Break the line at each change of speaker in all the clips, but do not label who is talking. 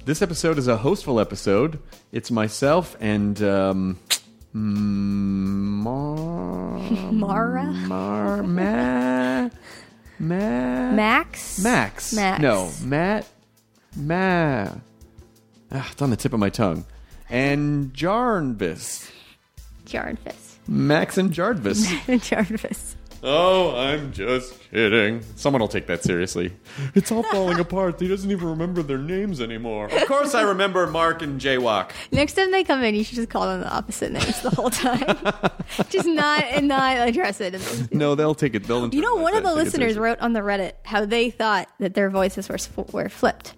This episode is a hostful episode. It's myself and um, mm, Mar,
Mara?
Mar, Ma, Ma,
Max?
Max.
Max.
No, Matt, Ma. Ah, it's on the tip of my tongue. And Jarvis.
Jarvis.
Max and Jarvis.
Jarvis.
Oh, I'm just kidding. Someone will take that seriously. It's all falling apart. He doesn't even remember their names anymore. Of course, I remember Mark and Jaywalk.
Next time they come in, you should just call them the opposite names the whole time. just not and not address it.
No, they'll take it. They'll.
You know,
interpret
one of
that.
the
Take it
listeners
seriously.
wrote on the Reddit how they thought that their voices were were flipped,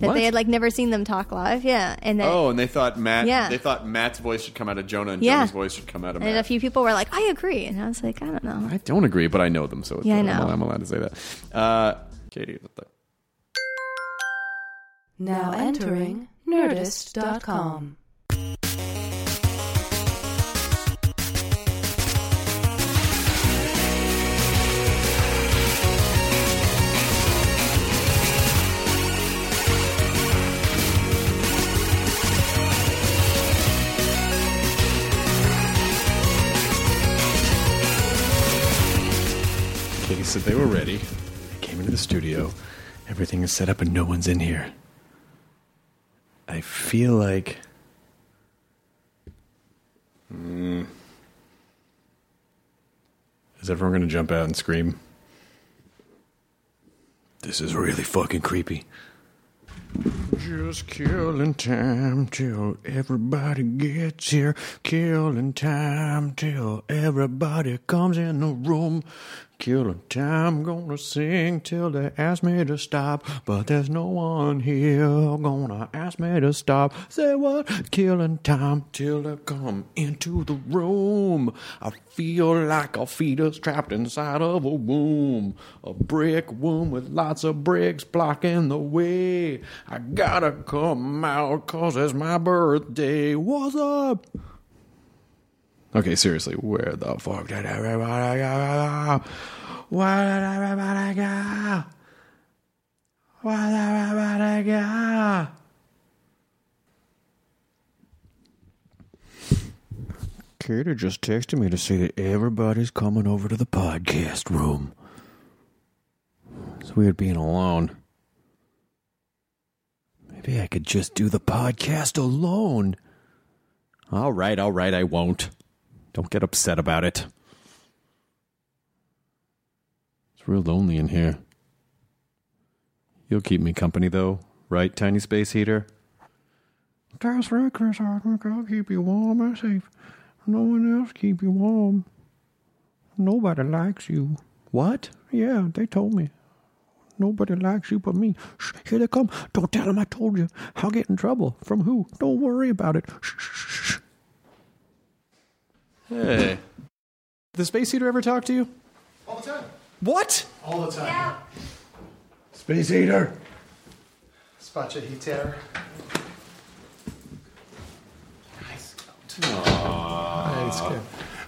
that
What?
they had like never seen them talk live. Yeah, and that
Oh, and they thought Matt.
Yeah.
They thought Matt's voice should come out of Jonah, and
Yeah.
Jonah's voice should come out of
And a
Matt.
few people were like, I agree. And I was like, I don't know.
I don't agree, but I know them, so it's
Yeah, I
I'm
know.
al- I'm allowed to say that. Uh, Katie, is up there.
Now entering nerdist.com.
Katie said they were ready. I came into the studio. Everything is set up and no one's in here. I feel like. Hmm. Is everyone going to jump out and scream? This is really fucking creepy. Just killing time till everybody gets here. Killing time till everybody comes in the room. Killing time, gonna sing till they ask me to stop. But there's no one here gonna ask me to stop. Say what? Killing time till they come into the room. I feel like a fetus trapped inside of a womb. A brick womb with lots of bricks blocking the way. I gotta come out cause it's my birthday. What's up? Okay, seriously, where the fuck did everybody go? Where did everybody go? Where did everybody go? Cater just texted me to say that everybody's coming over to the podcast room. It's weird being alone. Maybe I could just do the podcast alone. All right, all right, I won't. Don't get upset about it. It's real lonely in here. You'll keep me company, though, right, Tiny Space Heater?
That's right, Chris Hardwick. I'll keep you warm and safe. No one else keep you warm. Nobody likes you.
What?
Yeah, they told me. Nobody likes you but me. Shh, here they come. Don't tell them I told you. I'll get in trouble. From who? Don't worry about it. Shh, shh, shh. shh.
Hey. the space heater ever talk to you?
All the time.
What?
All the time.
Space Eater.
Spot your heat terror. Nice coat. Nice coat.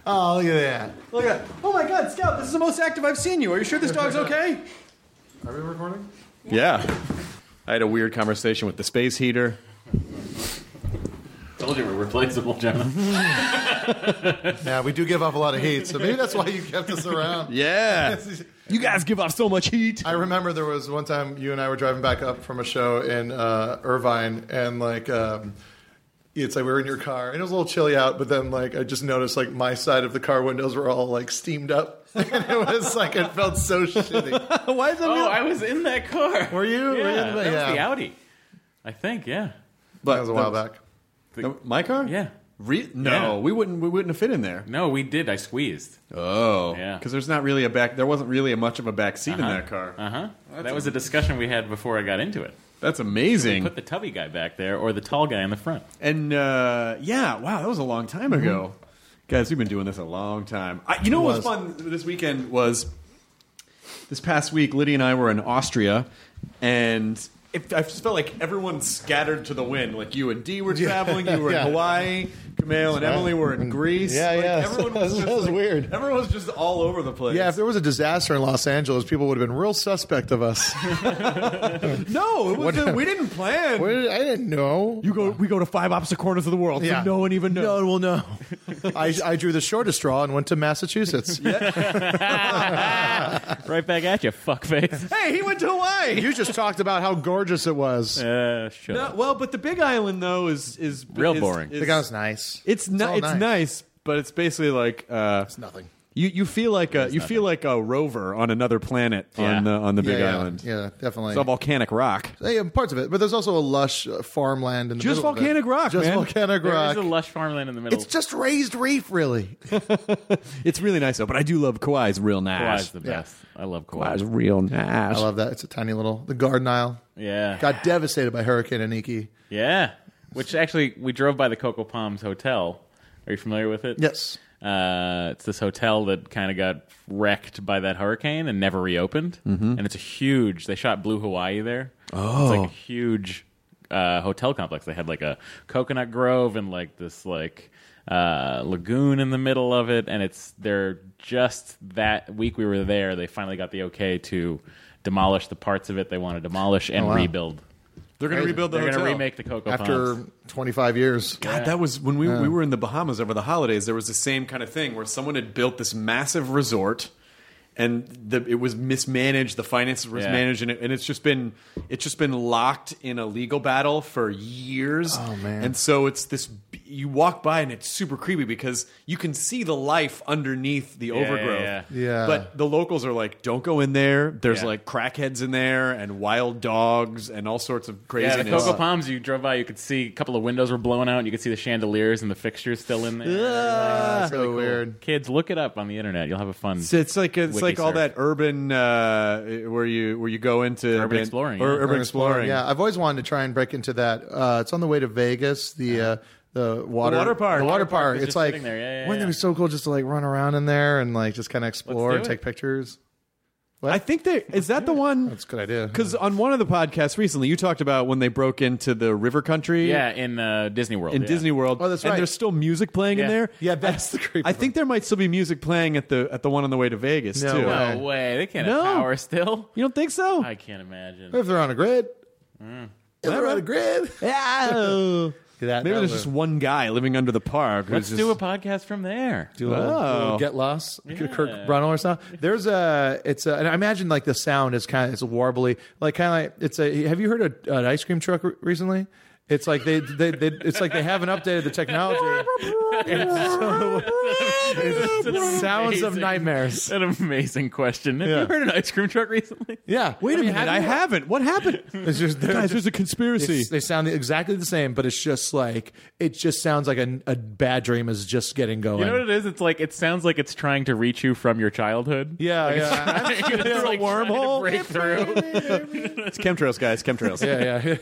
Oh, look at that.
Look at Oh my god, Scout, this is the most active I've seen you. Are you sure this dog's okay?
Are we recording?
Yeah. I had a weird conversation with the space heater.
Told you we're replaceable, Jenna.
Yeah, we do give off a lot of heat, so maybe that's why you kept us around.
Yeah. you guys give off so much heat.
I remember there was one time you and I were driving back up from a show in uh, Irvine, and like um, it's like we were in your car, and it was a little chilly out. But then like I just noticed like my side of the car windows were all like steamed up, and it was like it felt so shitty.
Why is that?
oh, I was in that car.
Were you? Were you
Yeah,
in
that
the-
was the
yeah.
Audi. I think, yeah.
But
That was a while back.
No, my car?
Yeah.
Re- no,
Yeah.
we wouldn't. We wouldn't have fit in there.
No, we did. I squeezed.
Oh,
Yeah.
Because there's not really a back. There wasn't really a much of a back seat in that car.
Uh huh. That was a discussion we had before I got into it.
That's amazing.
Put the tubby guy back there or the tall guy in the front.
and uh, yeah, wow, that was a long time ago,
Mm-hmm.
guys. We've been doing this a long time. I, you know what was fun this weekend was this past week. Lydia and I were in Austria, and. It, I just felt like everyone scattered to the wind. Like you and Dee were traveling, you were
Yeah. Mm-hmm.
in Hawaii, Camille and Emily were in Greece.
Yeah,
Like,
yeah.
Everyone was
That
just
was
like-
weird.
Everyone was just all over the place.
Yeah, if there was a disaster in Los Angeles, people would have been real suspect of us.
No, it was a, we didn't plan.
What did- I didn't know.
You go. We go to five opposite corners of the world.
Yeah.
So no one even knows.
No one will know. I, I drew the shortest straw and went to Massachusetts.
Right back at you, fuckface.
Hey, he went to Hawaii.
You just talked about how gorgeous it was.
uh, shut
No,
up.
well, but the Big Island though is is
Real
is-
boring.
is-
the guy's nice.
It's not.
all
It's, nice.
nice.
but it's basically like uh,
It's nothing.
you you feel like a you feel like a rover on another planet
Yeah.
on the on the Big
yeah,
Island.
Yeah, yeah definitely.
It's all volcanic rock.
Hey, and parts of it, but there's also a lush uh, farmland in the
Just
middle of it.
volcanic rock,
Just
man.
volcanic
There is
rock.
a lush farmland in the middle.
it's just raised reef, really.
It's really nice though. But I do love Kauai's real
Kawhi's
nice.
the best. I love
Kauai's
Kawhi.
real nice.
I love that. It's a tiny little the Garden Isle.
Yeah.
Got devastated by Hurricane Aniki.
Yeah. Which actually, we drove by the Cocoa Palms Hotel. Are you familiar with it?
Yes.
Uh, it's this hotel that kind of got wrecked by that hurricane and never reopened. And it's a huge. They shot Blue Hawaii there. Oh, it's like a huge uh, hotel complex. They had like a coconut grove and like this like uh, lagoon in the middle of it. And it's they're just that week we were there. They finally got the okay to demolish the parts of it they want to demolish and rebuild.
They're gonna rebuild the
They're
hotel.
gonna remake the Cocoa Palms.
Oh, After 25 years.
God, that was when we, we were in the Bahamas over the holidays. There was the same kind of thing where someone had built this massive resort, and the, it was mismanaged. The finances were
Yeah.
mismanaged, and, it, and it's just been it's just been locked in a legal battle for years. Oh
man.
And so it's this. b- You walk by and it's super creepy because you can see the life underneath the overgrowth.
yeah,
yeah.
But the locals are like, "Don't go in there." There's
Yeah.
like crackheads in there and wild dogs and all sorts of
Yeah,
craziness.
the Cocoa Palms. You drove by, you could see a couple of windows were blown out, and you could see the chandeliers and the fixtures still in there.
That's Ah, so weird.
Kids, look it up on the internet. You'll have a fun.
So it's like it's
Wiki
like all
surf.
that urban uh, where you where you go into
Urban exploring,
or
yeah.
urban exploring.
Yeah, I've always wanted to try and break into that. Uh, it's on the way to Vegas. The uh, the water
water park.
The water
Water
park.
is
It's
just
like
sitting there. Yeah, yeah,
wouldn't
yeah.
it be so cool just to like run around in there and like just kind of explore
do
and
it.
take pictures?
I think that is that the one
That's a good idea.
because on one of the podcasts recently you talked about when they broke into the river country.
yeah, in uh, Disney World.
In
yeah.
Disney World,
Oh, that's
and
right.
there's still music playing in
Yeah.
there.
Yeah, that's the creepy
I think there might still be music playing at the at the one on the way to Vegas
No
too.
way.
No way, they can't
No.
have power still.
You don't think so?
I can't imagine.
if they're on a grid. If they're on a grid.
Yeah.
That-
Maybe
that
there's
was-
just one guy living under the park.
Let's
who's
do a
just,
podcast from there.
do a little,
Oh.
little get lost kirk brunel or something there's a it's a, and i imagine like the sound is kind of it's warbly like kind of like it's a have you heard of an ice cream truck re- recently it's like they, they, they it's like they haven't updated the technology And so- it's sounds of
amazing.
nightmares
That's an amazing question. Have
Yeah.
you heard an ice cream truck recently?
yeah
Wait a minute, I haven't. What happened?
it's just they're
Guys,
just-
there's a conspiracy.
it's- they sound exactly the same but it's just like it just sounds like a, a bad dream is just getting going
You know what it is? It's like it sounds like it's trying to reach you from your childhood.
yeah, yeah.
it's like
wormhole.
Trying to break through.
It's chemtrails, guys. Chemtrails.
yeah,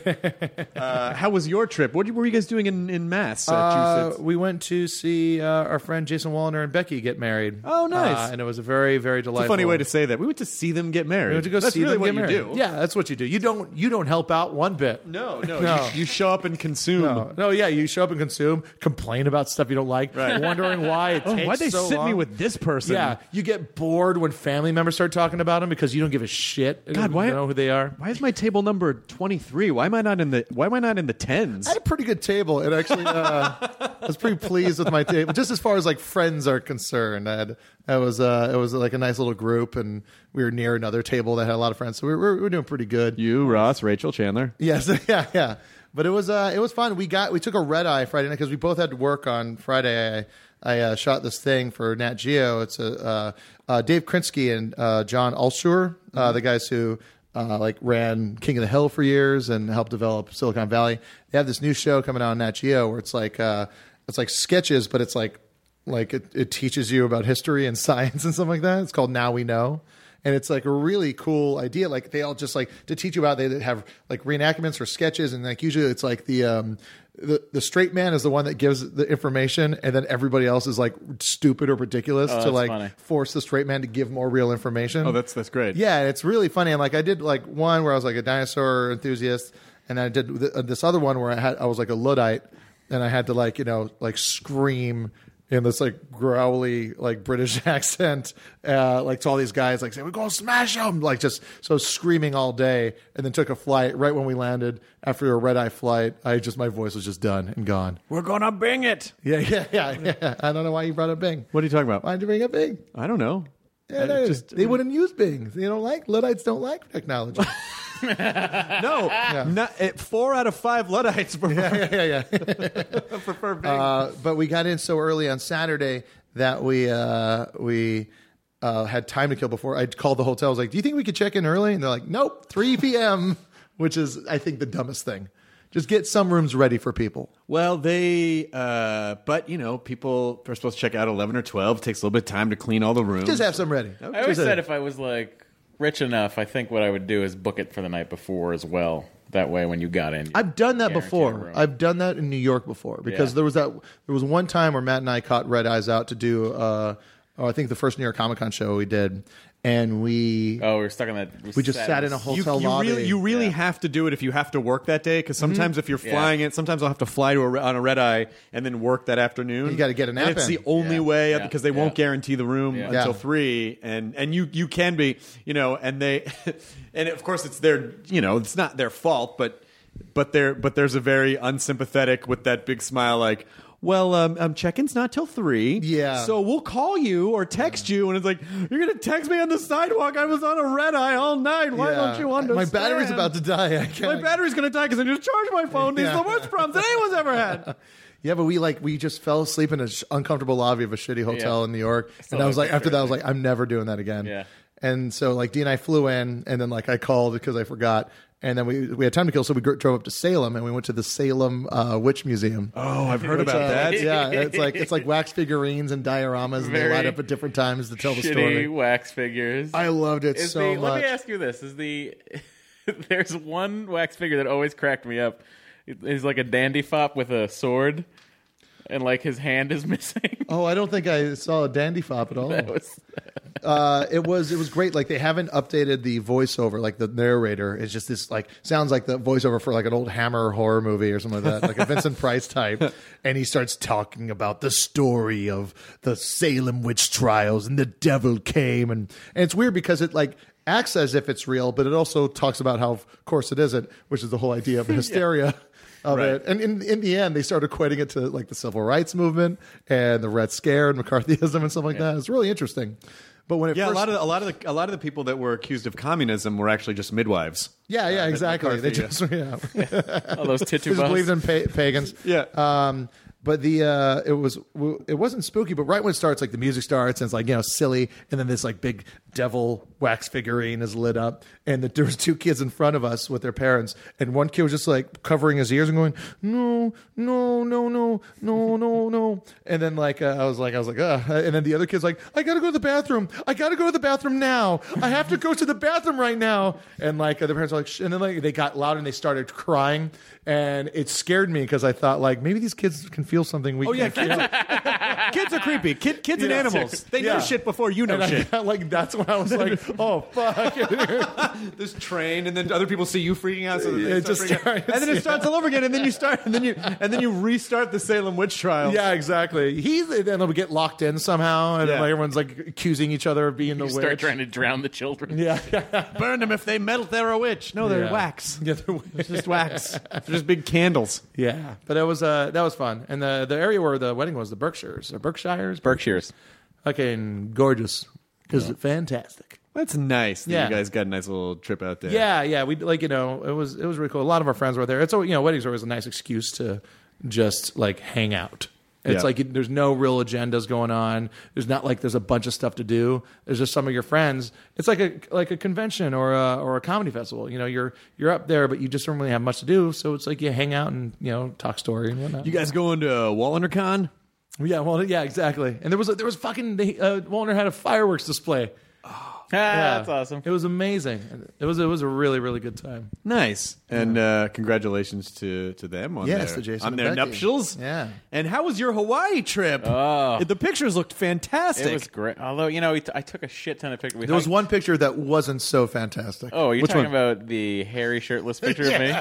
yeah.
Uh, how was your trip? What were you guys doing in in Mass?
Uh,
Massachusetts?
we went to see uh, our friend Jason Wallner and Becky get married.
Oh, nice.
Uh, and it was a very, very
it's
delightful.
a funny way to say that. We went to see them get married.
We went to go
That's
see
really
them
what
get
you
married.
do.
Yeah, that's what you do. You don't, you don't help out one bit.
No, no.
No.
You, you show up and consume.
No, Oh, no, yeah, you show up and consume, complain about stuff you don't like,
Right.
wondering why it
Oh,
takes
why'd they
so
sit me
long.
with this person?
Yeah, you get bored when family members start talking about them because you don't give a shit.
God,
You
why
know who they are?
Why is my table number twenty three? Why am I not in the Why am I not in the tens?
I had a pretty good table, and actually, uh, I was pretty pleased with my table. Just as far as like friends are concerned, I had I was uh, it was like a nice little group, and we were near another table that had a lot of friends, so we were, we were doing pretty good.
You, Ross, Rachel, Chandler.
Yes, yeah, yeah. But it was uh, it was fun. We got we took a red eye Friday night because we both had to work on Friday. I, I uh, shot this thing for Nat Geo. It's a uh, uh, Dave Krinsky and uh, John Alshuer, uh, the guys who uh, like ran King of the Hill for years and helped develop Silicon Valley. They have this new show coming out on Nat Geo where it's like uh, it's like sketches, but it's like like it, it teaches you about history and science and stuff like that. It's called Now We Know. And it's like a really cool idea. Like they all just like to teach you about. They have like reenactments or sketches, and like usually it's like the um, the the straight man is the one that gives the information, and then everybody else is like stupid or ridiculous to
Oh, that's
like
funny.
force the straight man to give more real information.
Oh, that's that's great.
Yeah, and it's really funny. And like I did like one where I was like a dinosaur enthusiast, and I did th- this other one where I had I was like a luddite, and I had to like you know like scream in this like growly like British accent, uh, like to all these guys like say we're gonna smash them, like just so screaming all day, and then took a flight right when we landed after a red eye flight. I just my voice was just done and gone.
We're gonna bing it.
Yeah, yeah, yeah. yeah. I don't know why you brought up Bing.
What are you talking about?
Why did you bring up Bing?
I don't know.
Yeah, no, they wouldn't use Bing. They don't like Luddites. Don't like technology.
No, not, eh, four out of five Luddites prefer,
yeah, yeah.
prefer Bing.
Uh, but we got in so early on Saturday that we uh, we uh, had time to kill before. I called the hotel. I was like, "Do you think we could check in early?" And they're like, "Nope, 3 p.m." Which is, I think, the dumbest thing. Just get some rooms ready for people.
Well, they, uh, but you know, people are supposed to check out eleven or twelve. It takes a little bit of time to clean all the rooms.
Just have some ready.
I always said if I was like rich enough, I think what I would do is book it for the night before as well. That way, when you got in,
I've done that
guarantee a
before.
room.
I've done that in New York before because
Yeah.
there was that there was one time where Matt and I caught red eyes out to do uh, oh, I think the first New York Comic Con show we did, and we
oh, we were stuck in that.
we just sat in a
You,
hotel
you
lobby. Mm-hmm.
really, you really have to do it if you have to work that day because sometimes if you're flying it, sometimes I'll have to fly to a, re- on a red eye and then work that afternoon.
You gotta get a nap
And it's
in.
the only
Yeah.
way
Yeah.
because they won't
Yeah.
guarantee the room
Yeah.
until three, and and you you can be you know, and they, and of course it's their you know it's not their fault, but but there but there's a very unsympathetic with that big smile like. Well, um, um, check-in's not till three.
Yeah.
So we'll call you or text you, and it's like you're gonna text me on the sidewalk. I was on a red eye all night. Why
Yeah.
don't you understand?
My battery's about to die. I
My
can't-
battery's gonna die because I just charged my phone. These are the
Yeah.
worst problems that anyone's ever had.
Yeah, but we like we just fell asleep in an sh- uncomfortable lobby of a shitty hotel
Yeah.
in New York,
Still
and I was
like
like, after that, I was like, I'm never doing that again.
Yeah.
And so like Dee and I flew in, and then like I called because I forgot, and then we we had time to kill, so we gr- drove up to Salem, and we went to the Salem uh, Witch Museum.
Oh, I've heard
Which, uh, yeah, it's like it's like wax figurines and dioramas, and they
Very
light up at different times to tell the
shitty
story.
wax figures.
I loved it
Is
so
the, Let
much.
me ask you this: Is the there's one wax figure that always cracked me up? It- He's like a dandy fop with a sword, and like his hand is missing.
Oh, I don't think I saw a dandy fop at all.
That was-
uh, it was it was great. Like they haven't updated the voiceover, like the narrator. It's just this like sounds like the voiceover for like an old Hammer horror movie or something like that, like a Vincent Price type. And he starts talking about the story of the Salem witch trials and the devil came, and and it's weird because it like acts as if it's real, but it also talks about how of course it isn't, which is the whole idea of hysteria. of
Right.
it. And in, in the end, they started equating it to like the civil rights movement and the Red Scare and McCarthyism and stuff like that. It's really interesting. But when it
Yeah, a
first,
lot of the, a lot of the, a lot of the people that were accused of communism were actually just midwives.
yeah, yeah, exactly. They just
McCarthy,
yeah,
All those
they just believed
titubas.
in pa- pagans.
Yeah.
Um, but the uh, it was it wasn't spooky, but right when it starts, like the music starts and it's like you know silly, and then this like big devil wax figurine is lit up, and the, there was two kids in front of us with their parents, and one kid was just like covering his ears and going no no no no no no no, and then like uh, I was like I was like uh, and then the other kid's like I gotta go to the bathroom, I gotta go to the bathroom now, I have to go to the bathroom right now, and like uh, the parents were like Shh. and then like they got loud and they started crying, and it scared me because I thought like maybe these kids can feel something we
Oh yeah,
can't
kids are, kids are creepy. Kid, kids and
Yeah.
animals. They know
Yeah.
shit before you know
and I
shit.
got, like that's when I was like, oh fuck.
this train, and then other people see you freaking out, so that they
It
start
just
freaking out.
starts,
and then it starts all over again, and then you start, and then you, and then you restart the Salem witch trial.
yeah, exactly. He's and then we get locked in somehow, and
Yeah.
like, everyone's like accusing each other of being the
You
witch.
start trying to drown the children.
burn them if they melt. They're a witch. No, they're
Yeah.
wax.
Yeah, they're witch.
It's just wax. They're just big candles.
yeah, but that was uh, that was fun, and the the area where the wedding was the Berkshires or Berkshires,
Berkshires.
fucking gorgeous, because fantastic.
That's nice. That
Yeah.
you guys got a nice little trip out there.
Yeah, yeah. We like you know it was it was really cool. A lot of our friends were there. It's always- you know weddings are always a nice excuse to just like hang out. It's
Yeah.
like it- there's no real agendas going on. There's not like there's a bunch of stuff to do. There's just some of your friends. It's like a like a convention or a or a comedy festival. You know you're you're up there, but you just don't really have much to do. So it's like you hang out and you know talk story and whatnot.
You guys going to uh, WallenderCon?
yeah, well, yeah, exactly. And there was a, there was fucking they, uh, Walner had a fireworks display.
Ah, that's
Yeah.
awesome.
It was amazing. It was it was a really really good time.
Nice. And uh, congratulations to, to them on
Yes,
their,
to Jason
on
and
their
Becky.
nuptials.
Yeah.
And how was your Hawaii trip?
Oh.
the pictures looked fantastic.
It was great. Although you know, we t- I took a shit ton of pictures. We
There was
hiked-
one picture that wasn't so fantastic.
Oh, you're
Which
talking
one?
about the hairy shirtless picture of me?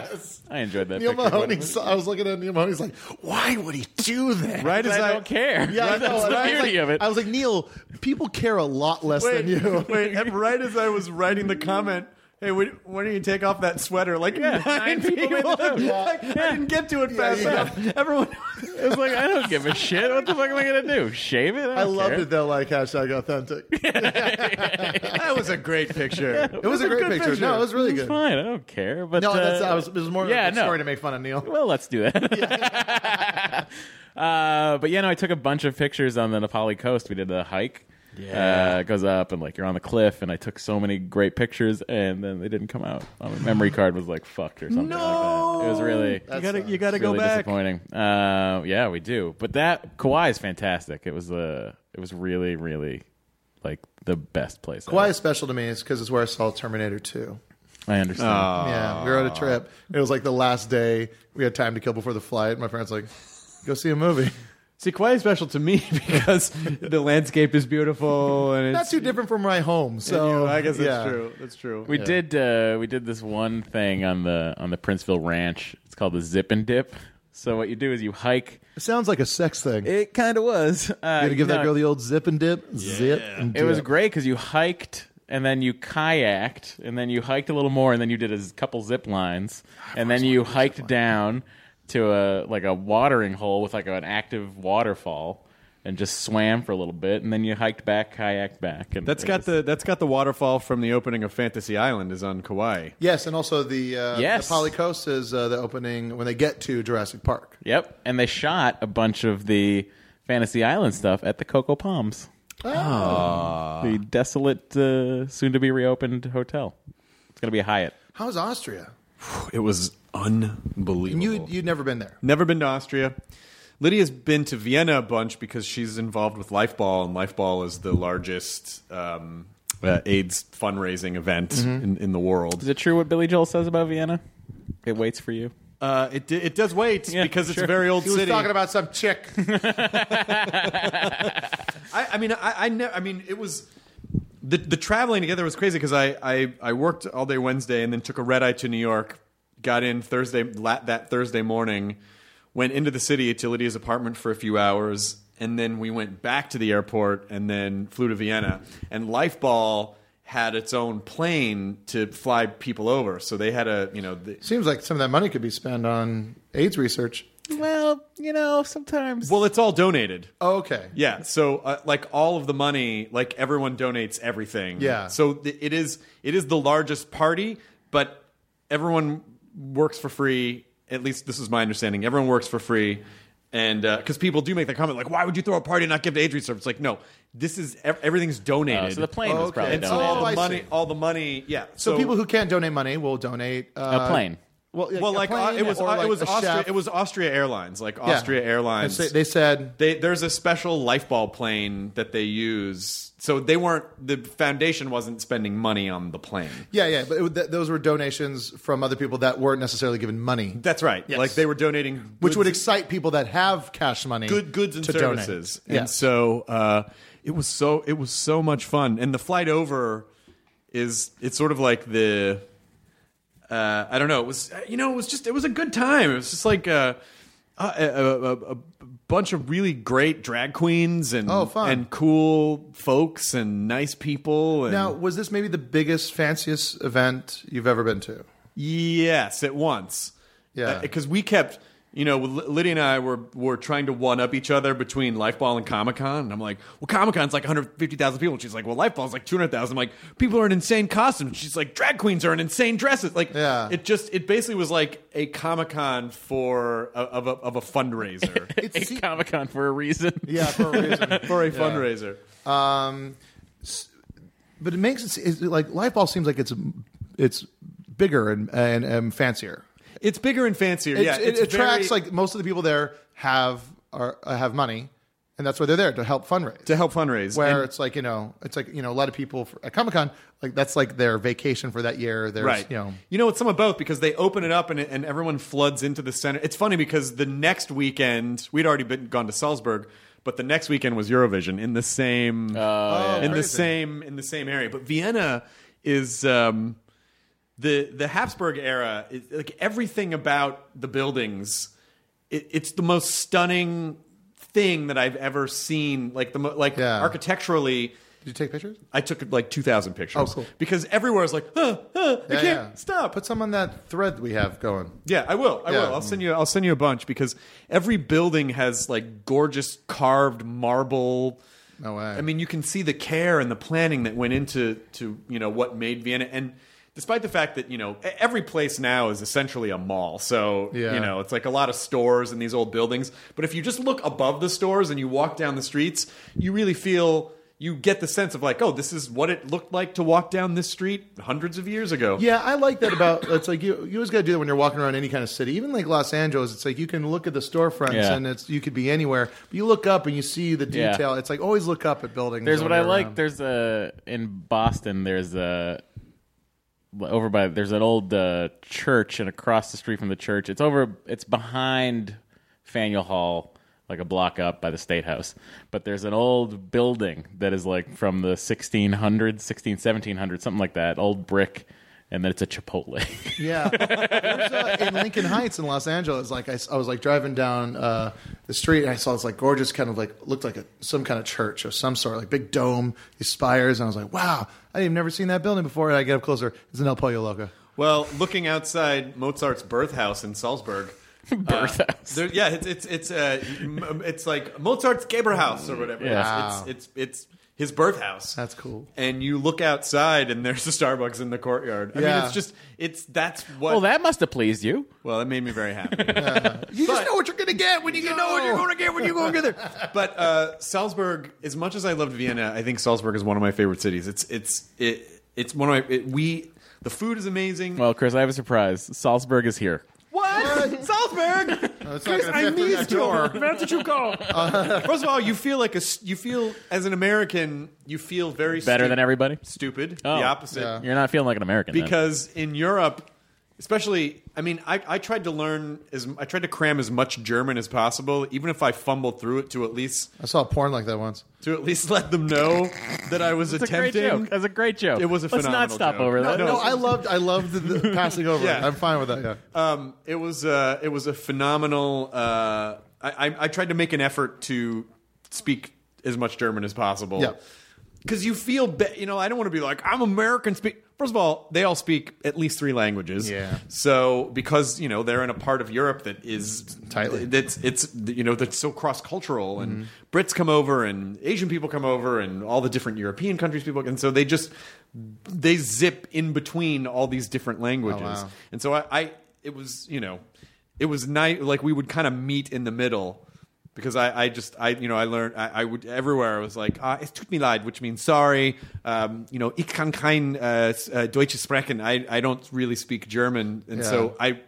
I enjoyed that
Neil
picture. quite a
Mahoney.
bit.
I was looking at Neil Mahoney. He's like, why would he do that?
Right as
I don't care.
I know,
that's
oh, and
the
I was
beauty
like-
of it.
I was like, Neil, people care a lot less
Wait,
than you.
wait, and right as I was writing the comment, hey, when, when do you take off that sweater? Like nine,
nine people made
people.
the joke.
Like, I didn't get to it fast
yeah.
enough. Everyone,
I was like, I don't give a shit. What the fuck am I gonna do? Shave it? I,
I
don't
loved
care.
it though, like hashtag authentic. It
that was a great picture.
was a
a
great
good
picture.
picture.
No, it was really
It's
good.
fine. I don't care. But
No, that's
uh,
I was, it was more
yeah,
like a
no.
story to make fun of Neil.
Well, let's do that. uh, but yeah, no, I took a bunch of pictures on the Nepali coast. We did the hike. Yeah, uh, it goes up and like you're on the cliff, and I took so many great pictures, and then they didn't come out. My memory card was like fucked or something like that. It was really
you gotta, you gotta
it's
go
really
back.
disappointing. Uh, yeah, we do. But that Kauai is fantastic. It was uh, it was really, really like the best place.
Why is special to me is because it's where I saw Terminator 2.
I understand.
Yeah, we were on a trip. It was like the last day we had time to kill before the flight. My parents like, go see a movie.
See, Kauai is special to me because the landscape is beautiful and it's.
Not too different from my home. So
and you- Oh, I guess that's
yeah.
true. That's true.
we did uh, we did this one thing on the on the Princeville Ranch. It's called the Zip and Dip. So what you do is you hike.
It sounds like a sex thing.
It kind of was. Uh,
Gonna give
no,
that girl the old zip and dip, zip and
It
dip.
was great because you hiked and then you kayaked and then you hiked a little more and then you did a z- couple zip lines
Ah,
and then you hiked down to a like a watering hole with like an active waterfall and just swam for a little bit and then you hiked back, kayaked back. And
That's
it
got
was-
the that's got the waterfall from the opening of Fantasy Island is on Kauai.
Yes, and also the uh,
Yes.
the Polycoast is uh, the opening when they get to Jurassic Park.
Yep, and they shot a bunch of the Fantasy Island stuff at the Coco Palms,
Oh,
Oh. the desolate, uh, soon-to-be reopened hotel. It's gonna be a Hyatt.
How's Austria?
It was unbelievable.
And you you'd never been there.
Never been to Austria. Lydia's been to Vienna a bunch because she's involved with Lifeball, and Lifeball is the largest um, uh, AIDS fundraising event in, in the
Mm-hmm. Is
world.
it true what Billy Joel says about Vienna? It waits for you.
Uh, it, d- it does wait
Yeah,
because it's
sure.
a very old
He was
city.
talking about some chick.
I, I mean, I, I, ne- I mean, it was the the traveling together was crazy because I, I I worked all day Wednesday and then took a red eye to New York, got in Thursday la- that Thursday morning, went into the city to Lydia's apartment for a few hours, and then we went back to the airport and then flew to Vienna. And Lifeball had its own plane to fly people over. So they had a, you know, the,
Seems like some of that money could be spent on AIDS research.
well, you know, sometimes. Well, it's all donated.
Oh, okay.
Yeah. So uh, like all of the money, like everyone donates everything.
Yeah.
So th- it is it is the largest party, but everyone works for free. At least this is my understanding. Everyone works for free. And because people do make the comment, like, why would you throw a party and not give to AIDS research? It's like, no, this is ev- everything's donated.
Uh, so the plane was
Okay.
probably
and so
donated.
all
Oh, I
the
see.
money, all the money, yeah.
So, people who can't donate money will donate uh,
a plane.
Well,
well, like uh, it was,
or
it
like
was
a
Austria,
chef.
it was Austria Airlines, like
Yeah.
Austria Airlines.
They, they said
They, there's a special lifeball plane that they use. So they weren't the foundation wasn't spending money on the plane.
Yeah, yeah, but it, th- those were donations from other people that weren't necessarily given money,
That's right.
Yes.
Like they were donating, goods,
which would excite people that have cash money,
good goods and
to donate.
services.
Yeah.
And so uh, it was so it was so much fun. And the flight over is it's sort of like the uh, I don't know. It was you know it was just it was a good time. It was just like uh, a, a, a, a bunch of really great drag queens and
Oh, fun.
and cool folks and nice people. And
now, was this maybe the biggest, fanciest event you've ever been to?
Yes, at once.
Yeah.
because we kept, you know, L- Lydia and I were were trying to one up each other between Lifeball and Comic Con, and I'm like, well, Comic Con's like 150,000 people, and she's like, well, Lifeball's like 200,000. I'm like, people are in insane costumes. She's like, drag queens are in insane dresses. Like,
Yeah.
it just it basically was like a Comic Con for a, of a of a fundraiser,
a Comic Con for a reason.
Yeah, for a reason.
for a fundraiser.
but it makes it se- it's like life ball seems like it's it's bigger and and, and fancier.
It's bigger and fancier.
It,
yeah,
it
it's
attracts
very-
like most of the people there have are uh, have money, and that's why they're there to help fundraise.
to help fundraise.
where
And-
it's like you know, it's like you know, a lot of people for, at Comic Con, like that's like their vacation for that year. There's
right.
you know,
it's some of both because they open it up and, and everyone floods into the center. It's funny because the next weekend we'd already been gone to Salzburg, but the next weekend was Eurovision in the same in the
Oh, crazy.
same in the same area. But Vienna is um, the the Habsburg era. Is, like everything about the buildings, it, it's the most stunning thing that I've ever seen. Like the mo- like
Yeah.
architecturally.
did you take pictures?
I took like 2,000 pictures.
Oh, cool.
Because everywhere is like, huh, huh, I
Yeah,
can't
yeah.
stop.
Put some on that thread we have going.
Yeah, I will. I
Yeah.
will. I'll send you. I'll send you a bunch because every building has like gorgeous carved marble.
No way.
I mean, you can see the care and the planning that went into to you know what made Vienna. And despite the fact that you know e- every place now is essentially a mall, so
Yeah.
you know it's like a lot of stores in these old buildings. But if you just look above the stores and you walk down the streets, you really feel. You get the sense of like, oh, this is what it looked like to walk down this street hundreds of years ago.
Yeah, I like that about. It's like you. You always got to do that when you're walking around any kind of city, even like Los Angeles. It's like you can look at the storefronts
Yeah.
and it's you could be anywhere, but you look up and you see the
Yeah.
detail. It's like always look up at buildings.
There's what
when
I
you're
like.
around.
There's a in Boston. There's a over by there's an old uh, church, and across the street from the church, it's over. It's behind Faneuil Hall, like a block up by the State House. But there's an old building that is like from the 1600s, 16, 1700s, something like that. Old brick, and then it's a Chipotle.
Yeah, There's, uh, in Lincoln Heights in Los Angeles, like I, s- I was like driving down uh, the street and I saw this like gorgeous kind of like looked like a, some kind of church of some sort, like big dome, these spires, and I was like, wow, I've never seen that building before. And I get up closer, it's an El Pollo Loco.
Well, looking outside Mozart's birth house in Salzburg. birth house. There, yeah, it's it's it's uh, m- it's like Mozart's Geberhaus or whatever.
Yeah.
It's- It's, it's it's his birth house.
That's cool.
And you look outside, and there's a Starbucks in the courtyard. I mean,
Yeah.
it's just it's that's what.
well, that must have pleased you.
well, it made me very happy.
You just know what you're gonna get when you
You know what you're going to get when you go get there. But uh, Salzburg, as much as I loved Vienna, I think Salzburg is one of my favorite cities. It's it's it, it's one of my it, we. The food is amazing.
Well, Chris, I have a surprise. Salzburg is here.
What? Salzburg?
Chris,
I missed you.
Where did you go?
Uh, First of all, you feel like a s- you feel as an American, you feel very
Better
stu-
than everybody.
Stupid,
Oh.
the opposite.
Yeah.
You're not feeling like an American then.
Because in Europe, especially, I mean, I, I tried to learn as I tried to cram as much German as possible, even if I fumbled through it to at least
I saw porn like that once.
to at least let them know that I was
That's a great
attempting.
joke. That's a great joke.
It was a
Let's not
phenomenal
stop
joke.
over
No,
that.
No, I loved, I loved the, the passing over.
Yeah.
I'm fine with that. Yeah.
Um, it was uh, it was a phenomenal. Uh, I, I, I tried to make an effort to speak as much German as possible.
Yeah.
because you feel be- you know i don't want to be like i'm american speak first of all they all speak at least three languages
Yeah.
so because you know they're in a part of europe that is
Tightly.
that's it's you know that's so cross-cultural and brits come over and asian people come over and all the different european countries people and so they just they zip in between all these different languages
wow.
and so I, I it was you know it was nice like we would kind of meet in the middle because I, I just I you know I learned I, I would everywhere I was like ah, es tut mir leid which means sorry um, you know ich kann kein uh, s- uh, Deutsch sprechen I I don't really speak German and so I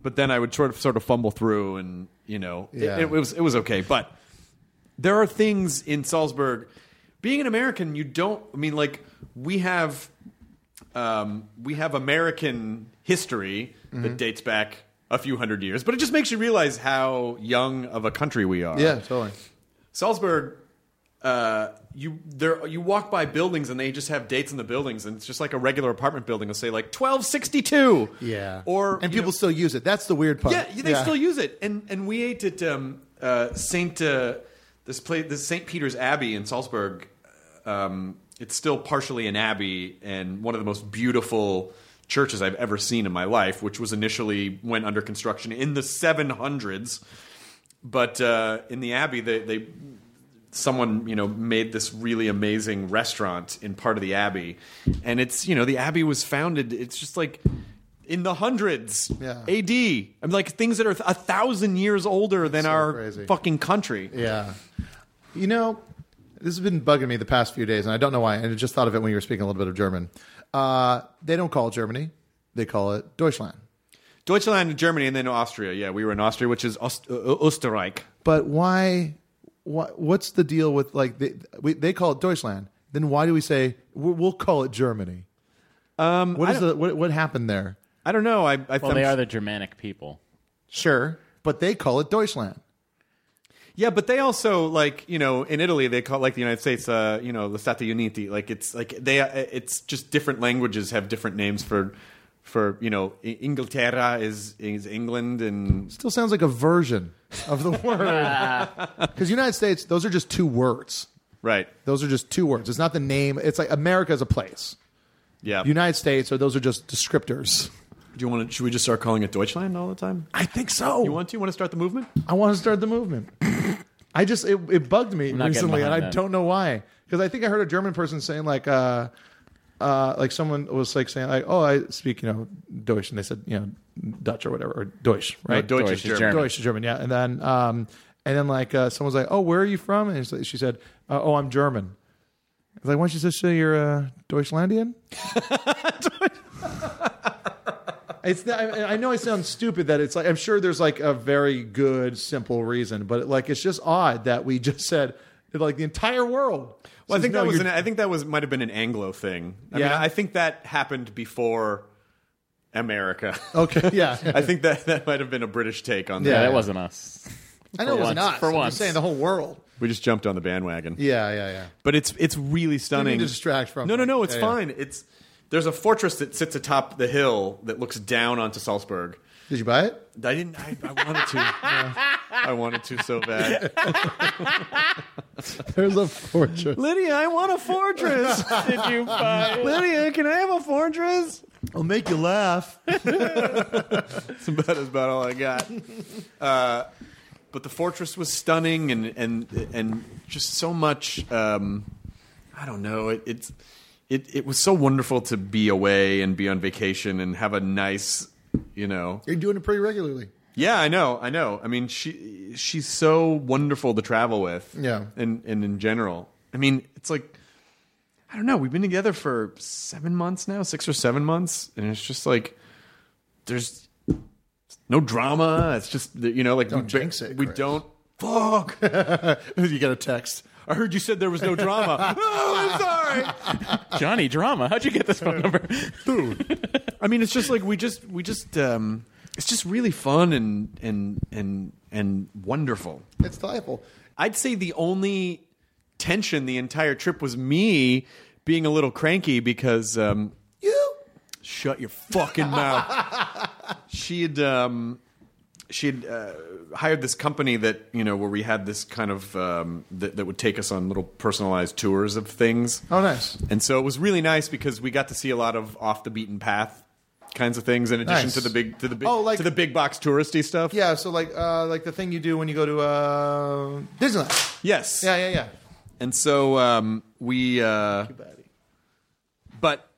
but then I would sort of sort of fumble through and you know it-
Yeah.
it, was it was okay but there are things in Salzburg being an American you don't I mean like we have um, we have American history
Mm-hmm.
that dates back a few hundred years, but it just makes you realize how young of a country we are.
Yeah, totally.
Salzburg, uh, you there you walk by buildings and they just have dates in the buildings, and it's just like a regular apartment building will say like 1262. or
and
you
people
know,
still use it. That's the weird part.
yeah, yeah, they still use it. And and we ate at um, uh, Saint uh, this place, this Saint Peter's Abbey in Salzburg. Um, it's still partially an abbey and one of the most beautiful churches I've ever seen in my life, which was initially went under construction in the 700s. But uh, in the abbey, they, they someone you know made this really amazing restaurant in part of the abbey and it's you know the abbey was founded it's just like in the hundreds
Yeah.
ad i'm like things that are a thousand years older than our
crazy.
fucking country
Yeah. You know, this has been bugging me the past few days, and I don't know why. And I just thought of it when you were speaking a little bit of German. Uh, they don't call it Germany; they call it Deutschland.
deutschland germany and then austria yeah we were in austria which is Ost- uh, österreich
But why? why what's the deal with like they, we, they call it Deutschland? Then why do we say we- we'll call it Germany? Um, what is the what, what happened there?
i don't know i, I
Well, they are the Germanic people.
Sure, but they call it Deutschland.
Yeah, but they also like you know in Italy they call like the United States uh, you know the Stati Uniti like it's like they uh, it's just different languages have different names for for you know I- Inglaterra is is England and
Still sounds like a version of the word because United States. Those are just two words.
right
Those are just two words. It's not the name. It's like America is a place.
yeah
United States, or those are just descriptors.
do you want to should we just start calling it Deutschland all the time
I think so.
you want to you want to start the movement
I want to start the movement. I just it, it bugged me
not getting
recently,
behind
and I
that.
don't know why. Because I think I heard a German person saying like, uh, uh, like someone was like saying like, oh, I speak you know Deutsch, and they said you know Dutch or whatever or Deutsch, right?
Deutsch,
Deutsch
is
is
German.
German.
Deutsch is German, yeah. And then um, and then like uh, someone's like, oh, where are you from? And it's like- she said, uh, oh, I'm German. It's like, why don't you just say you're uh, Deutschlandian? It's not, I, I know I sound stupid that it's like I'm sure there's like a very good simple reason, but like it's just odd that we just said like the entire world.
well I
says,
think
"No,
that was
you're
an, I think that was might have been an Anglo thing I mean
Yeah.
I think that happened before America
Oh, okay, yeah.
I think that that might have been a British take on
Yeah.
Yeah,
that
that wasn't us.
I know it was
once,
not
for
I'm just
once.
saying the whole world.
we just jumped on the bandwagon
Yeah, yeah, yeah.
but it's it's really stunning.
to distract from
No, no,
it.
no. It's
Yeah, yeah.
fine. It's there's a fortress that sits atop the hill that looks down onto Salzburg.
Did you buy it?
I didn't. I, I wanted to. I wanted to so bad.
There's a fortress.
Lydia, I want a fortress. Did you buy? Lydia, can I have a fortress?
I'll make you laugh.
That's about, that's about all I got. Uh, but the fortress was stunning and and and just so much. Um, I don't know. It, it's it it was so wonderful to be away and be on vacation and have a nice, you know,
You're doing it pretty regularly.
Yeah, I know, I know. I mean, she she's so wonderful to travel with.
Yeah.
and and in general, I mean, it's like I don't know. We've been together for seven months now, six or seven months, and it's just like there's no drama. It's just that, you know, like
Don't
we, ba-
jinx it,
We
Chris.
don't fuck.
you got a text.
I heard you said there was no drama. oh, I'm sorry.
Johnny Drama. How'd you get this phone number?
I mean, it's just like we just we just um, it's just really fun and and and and wonderful.
It's delightful.
I'd say the only tension the entire trip was me being a little cranky because um, you shut your fucking mouth. She had um, she had uh, hired this company that you know where we had this kind of um, that, that would take us on little personalized tours of things.
Oh, nice.
And so it was really nice because we got to see a lot of off the beaten path kinds of things in addition
Nice.
to the big to the big
Oh, like-
to the big box touristy stuff.
Yeah, so like uh, like the thing you do when you go to uh, Disneyland.
Yes.
Yeah, yeah, yeah.
And so um, we. Uh, but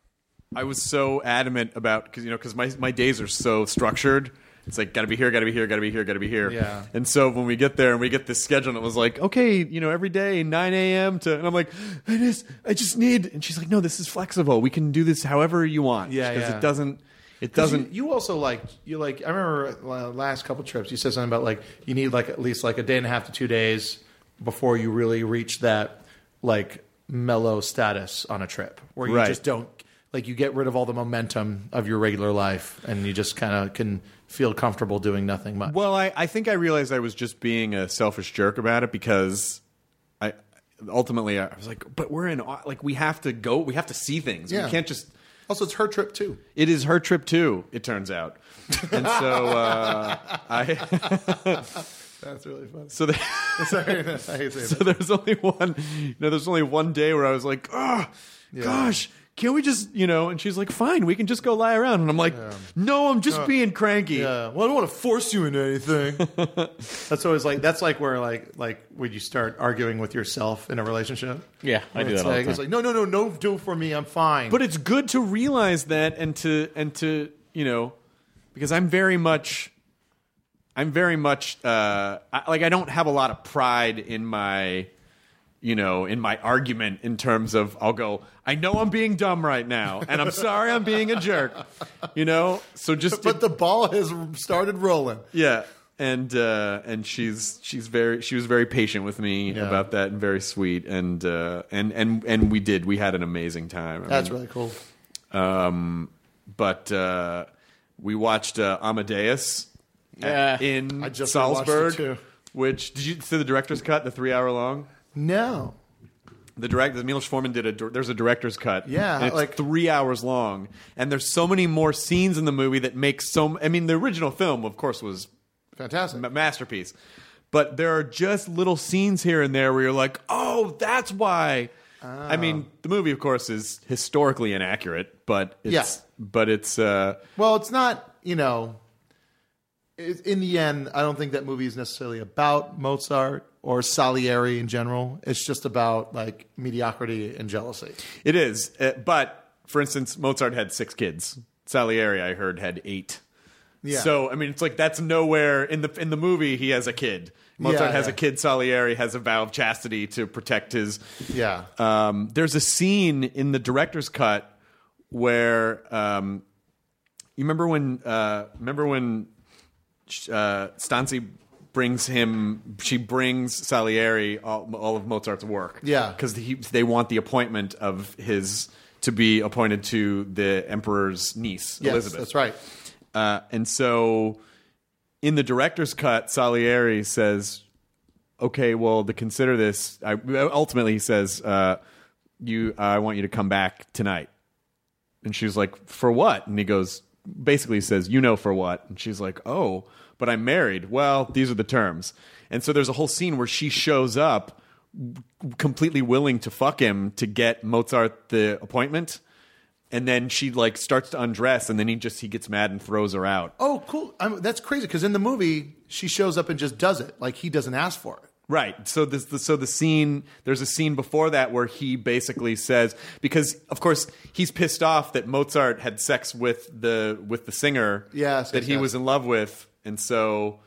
I was so adamant about because you know because my my days are so structured. It's like gotta be here, gotta be here, gotta be here, gotta be here.
Yeah.
And so when we get there and we get this schedule, and it was like, okay, you know, every day nine a.m. to, and I'm like, I just I just need, and she's like, no, this is flexible. We can do this however you want.
Yeah,
Because
yeah.
it doesn't, it doesn't.
You, you also like you like I remember uh, last couple trips you said something about like you need like at least like a day and a half to two days before you really reach that like mellow status on a trip where you
Right.
just don't like you get rid of all the momentum of your regular life and you just kind of can feel comfortable doing nothing much.
Well, I, I think I realized I was just being a selfish jerk about it because I ultimately I was like, but we're in au- like we have to go, we have to see things.
Yeah.
We can't just.
also, it's her trip too.
It is her trip too. It turns out, and so uh, I
That's really fun.
so there,
Sorry, I hate saying
so
that.
there's only one. You know, there's only one day where I was like, oh, gosh. Can we just, you know? And she's like, "Fine, we can just go lie around." And I'm like, "No, I'm just being cranky."
Yeah. Well, I don't want to force you into anything. that's always like that's like where like like when you start arguing with yourself in a relationship.
Yeah, I do
it's
that all the
like, It's
time.
like no, no, no, no, do it for me. I'm fine.
but it's good to realize that and to and to you know because i'm very much i'm very much uh I, like i don't have a lot of pride in my you know in my argument in terms of i'll go i know i'm being dumb right now and i'm sorry i'm being a jerk you know so just
but the ball has started rolling.
yeah and uh and she's she's very she was very patient with me
Yeah.
about that and very sweet and uh and and and we did we had an amazing time I
That's
mean,
really cool.
um, but uh, we watched uh, Amadeus uh,
Yeah.
in
I just rewatched it,
Salzburg,
too.
which did you see the director's cut, the three hour long?
No,
The director, Milos Forman did a. dir- There's a director's cut.
Yeah,
and it's
like-
three hours long, and there's so many more scenes in the movie that make so. I mean, the original film, of course, was
fantastic.
ma- masterpiece. But there are just little scenes here and there where you're like, oh, that's why.
Oh.
I mean, the movie, of course, is historically inaccurate, but it's but it's uh,
Well, it's not, you know, it, in the end, I don't think that movie is necessarily about Mozart or Salieri in general. It's just about like mediocrity and jealousy.
it is. Uh, but for instance, Mozart had six kids. Salieri, I heard, had eight.
Yeah.
So I mean, it's like that's nowhere in the in the movie. He has a kid. Mozart
Yeah,
has
yeah.
a kid. Salieri has a vow of chastity to protect his
yeah.
um, there's a scene in the director's cut where um, you remember when uh, remember when uh, Stanzi brings him she brings Salieri all, all of Mozart's work
Yeah.
because they want the appointment of his to be appointed to the emperor's niece
Yes,
Elizabeth
That's right.
uh, and so in the director's cut, Salieri says, okay, well, to consider this, I, ultimately he says, uh, you, I want you to come back tonight. And she's like, for what? And he goes, basically says, you know, for what? And she's like, oh, but I'm married. Well, these are the terms. And so there's a whole scene where she shows up completely willing to fuck him to get Mozart the appointment. And then she like starts to undress, and then he just he gets mad and throws her out.
Oh, cool. I'm, that's crazy because in the movie, she shows up and just does it. Like he doesn't ask for it.
Right. So this the, so the scene there's a scene before that where he basically says because of course he's pissed off that Mozart had sex with the with the singer
Yes,
that
yes,
he
yes.
was in love with and so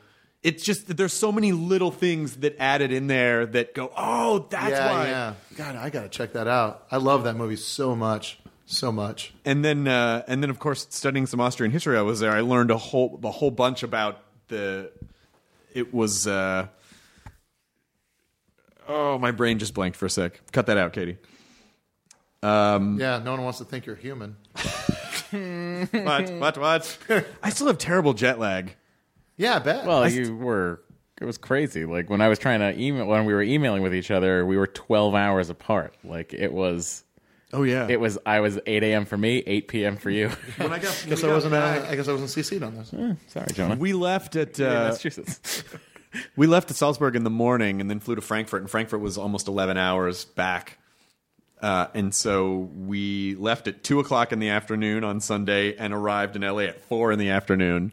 it's just that there's so many little things that added in there that go oh that's
yeah,
why
yeah. God, I got to check that out. I love that movie so much. So much.
and then uh, and then of course studying some Austrian history I was there I learned a whole a whole bunch about the it was uh, oh my brain just blanked for a sec cut that out Katie
yeah, no one wants to think you're human.
what what what I still have terrible jet lag
Yeah, I bet.
Well, you were. It was crazy. Like when I was trying to email, when we were emailing with each other, we were twelve hours apart. Like it was.
Oh, yeah.
It was I was 8 a.m. for me, 8 p.m. for you.
When I got,
Guess
we
I
got
wasn't.
back-
Uh, I guess I wasn't CC'd on this.
Sorry, Jonah.
we left at
Yeah,
uh,
Massachusetts.
we left at Salzburg in the morning and then flew to Frankfurt, and Frankfurt was almost eleven hours back. Uh, and so we left at two o'clock in the afternoon on Sunday and arrived in LA at four in the afternoon.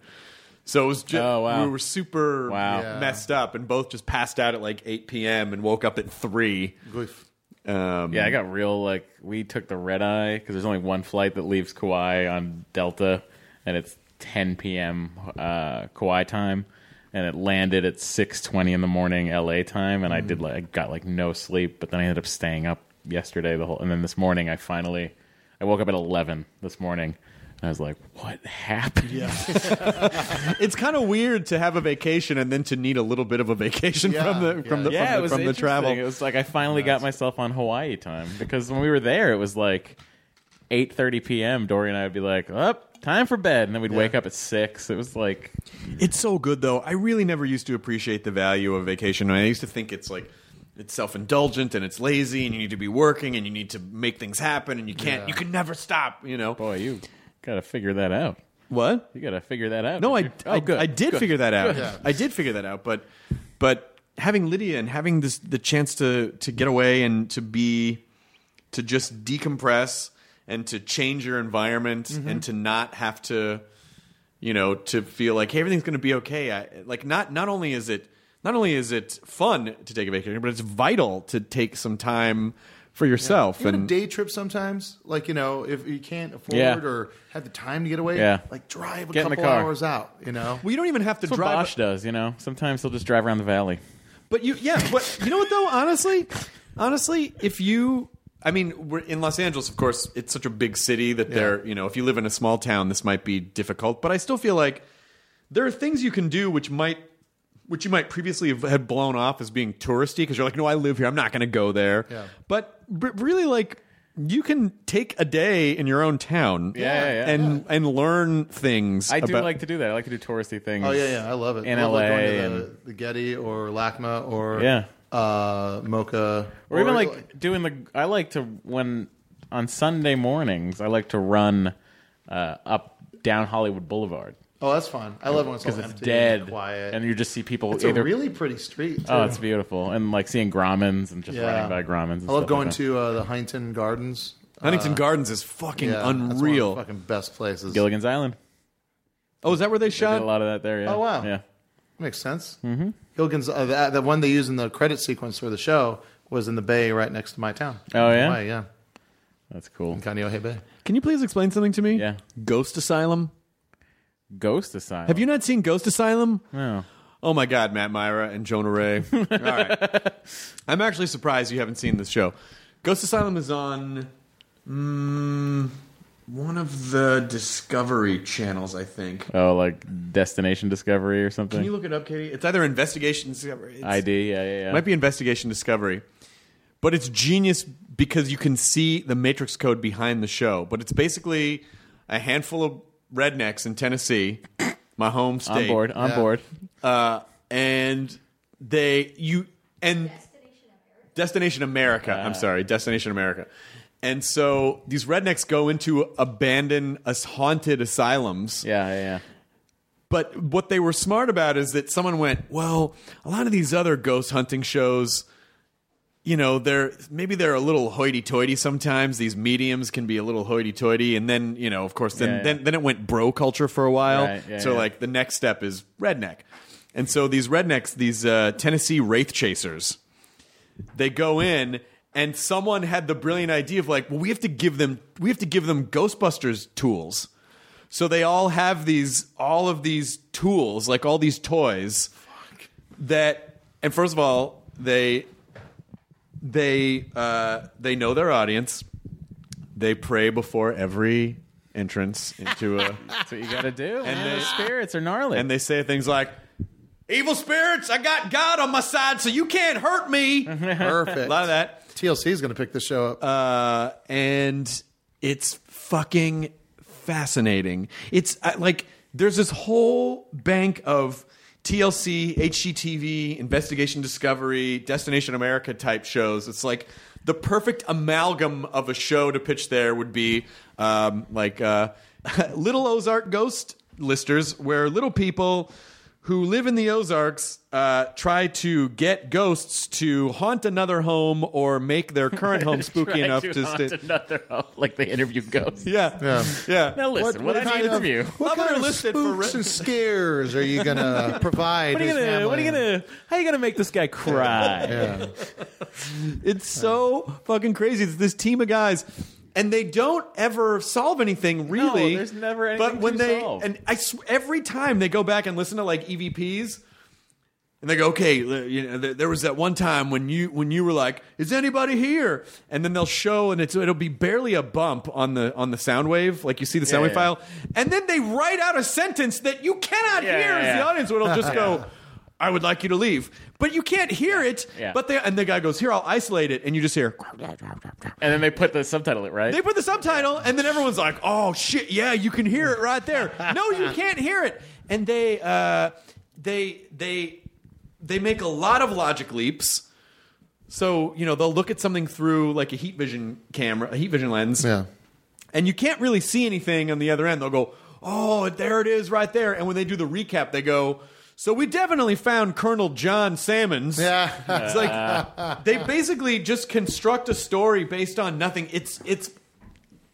So it was just
Oh, wow.
we were super
Wow.
Yeah.
messed up and both just passed out at like eight p.m. and woke up at three.
Goof.
Um,
Yeah, I got real like we took the red eye because there's only one flight that leaves Kauai on Delta, and it's 10 p.m. Uh, Kauai time, and it landed at 6:20 in the morning LA time, and I did like I got like no sleep, but then I ended up staying up yesterday the whole, and then this morning I finally I woke up at 11 this morning, and I was like, what happened? Yeah,
it's kind of weird to have a vacation and then to need a little bit of a vacation
Yeah,
from the from the
yeah, it
from the,
was
from the
interesting.
travel.
It was like I finally got myself on Hawaii time because when we were there, it was like 8:30 p.m. Dory and I would be like, "Up, time for bed," and then we'd wake up at six. It was like,
It's so good though. I really never used to appreciate the value of vacation. I used to think it's like it's self-indulgent and it's lazy and you need to be working and you need to make things happen and you can't you can never stop, you know.
boy, you got to figure that out.
What?
You got to figure that out.
No, I,
did you?
I, I did figure that out.
Yeah.
I did figure that out, but but having Lydia and having this the chance to to get away and to be to just decompress and to change your environment and to not have to you know to feel like hey everything's going to be okay. I, like not not only is it not only is it fun to take a vacation, but it's vital to take some time for yourself
Even a
and
day trip sometimes, like you know, if you can't afford
Yeah.
or have the time to get away,
Yeah.
like drive a
Get in the
couple
car.
hours out. You know,
well, you don't even have to
That's what
drive.
Bosch does, you know. Sometimes he'll just drive around the valley.
But you, yeah, but you know what though? Honestly, honestly, if you, I mean, we're in Los Angeles, of course, it's such a big city that there, you know, if you live in a small town, this might be difficult. But I still feel like there are things you can do which might, which you might previously have had blown off as being touristy because you're like, no, I live here, I'm not going to go there.
Yeah.
But, but really, like. You can take a day in your own town,
Yeah, yeah, yeah.
and and learn things.
I do
about-
like to do that. I like to do touristy things.
Oh yeah, yeah, I love it.
In
I love,
LA
like, going to the,
and-
the Getty or LACMA or
Yeah.
uh, Mocha,
or even like, doing the i like to when on sunday mornings i like to run uh, up down hollywood boulevard
oh, that's fun. I love when it's, all
because it's
empty
dead
and quiet,
and you just see people
it's
either
a really pretty street. Too.
oh it's beautiful and like seeing grommets and just
Yeah.
running by grommets and
I love
stuff
going
like that.
to uh, the Huntington Gardens.
Huntington
uh,
Gardens is fucking
Yeah, that's one of the
unreal.
fucking best places.
gilligan's island
oh, is that where they
Did
shot?
a lot of that there yeah
Oh, wow.
yeah
Makes sense. Mm-hmm. Gilligan's uh, the, the one they use in the credit sequence for the show was in the bay right next to my town.
Oh, yeah?
Hawaii, yeah,
that's cool
Kaneohe Bay.
Can you please explain something to me?
Yeah.
Ghost Asylum.
ghost asylum
Have you not seen Ghost Asylum?
no
Oh my God, Matt Myra and Jonah Ray. All right. I'm actually surprised you haven't seen this show. Ghost Asylum is on mm, one of the Discovery channels, I think.
oh like destination discovery or something
Can you look it up, Katie? It's either Investigation Discovery. It's,
id yeah yeah, yeah.
It might be Investigation Discovery. But it's genius because you can see the matrix code behind the show. But it's basically a handful of rednecks in Tennessee, my home state.
on board on
Yeah.
board
Uh, and they you and Destination America. I'm sorry, Destination America. And so these rednecks go into abandoned, as haunted asylums.
yeah yeah, yeah.
But what they were smart about is that someone went, well, a lot of these other ghost hunting shows, you know, they're maybe they're a little hoity-toity sometimes. These mediums can be a little hoity-toity, and then you know, of course, then
Yeah, yeah.
then, then it went bro culture for a while.
Right, yeah,
so
yeah.
like the next step is redneck, and so these rednecks, these uh, Tennessee wraith chasers, they go in. And someone had the brilliant idea of like, well, we have to give them, we have to give them Ghostbusters tools. So they all have these, all of these tools, like all these toys that. And first of all, they they uh, they know their audience. They pray before every entrance into a,
That's what you gotta do. And
they-
those spirits are gnarly.
and they say things like, "Evil spirits, I got God on my side, so you can't hurt me."
Mm-hmm.
a
Perfect.
lot of that.
TLC is going to pick this show up.
uh, and it's fucking fascinating. It's uh, like there's this whole bank of TLC, HGTV, Investigation Discovery, Destination America type shows. It's like the perfect amalgam of a show to pitch there would be um, like uh, Little Ozark Ghost Listers, where little people who live in the Ozarks uh, try to get ghosts to haunt another home or make their current home spooky
Try
enough
to,
to
haunt
stay.
another home, like they interview ghosts.
Yeah, yeah, yeah.
Now listen, what,
what
I
kind
need
of-
from you.
Love
What
her
kind of
listed for
spooks
re-
and scares are you gonna provide?
What are you
his
gonna? What are you
family?
gonna? How are you gonna make this guy cry?
Yeah.
It's so fucking crazy. It's this team of guys, and they don't ever solve anything really.
there's never
But
anything
when
to
they
solve.
and I sw- every time they go back and listen to like EVPs, and they go, okay, l- you know, there- there was that one time when you when you were like, is anybody here? And then they'll show, and it's it'll be barely a bump on the on the sound wave, like you see the sound
Yeah,
wave
yeah.
file, and then they write out a sentence that you cannot
Yeah,
hear
yeah,
as the
yeah.
audience. Where it'll just go. I would like you to leave, but you can't hear it.
Yeah.
But they and the guy goes, "Here, I'll isolate it," and you just hear.
And then they put the subtitle it right.
They put the subtitle, and then everyone's like, "Oh shit, yeah, you can hear it right there." No, you can't hear it. And they, uh, they, they, they make a lot of logic leaps. So you know they'll look at something through like a heat vision camera, a heat vision lens,
Yeah.
and you can't really see anything on the other end. They'll go, "Oh, there it is, right there." And when they do the recap, they go. So we definitely found Colonel John Salmons.
Yeah.
It's
Uh,
like they basically just construct a story based on nothing. It's it's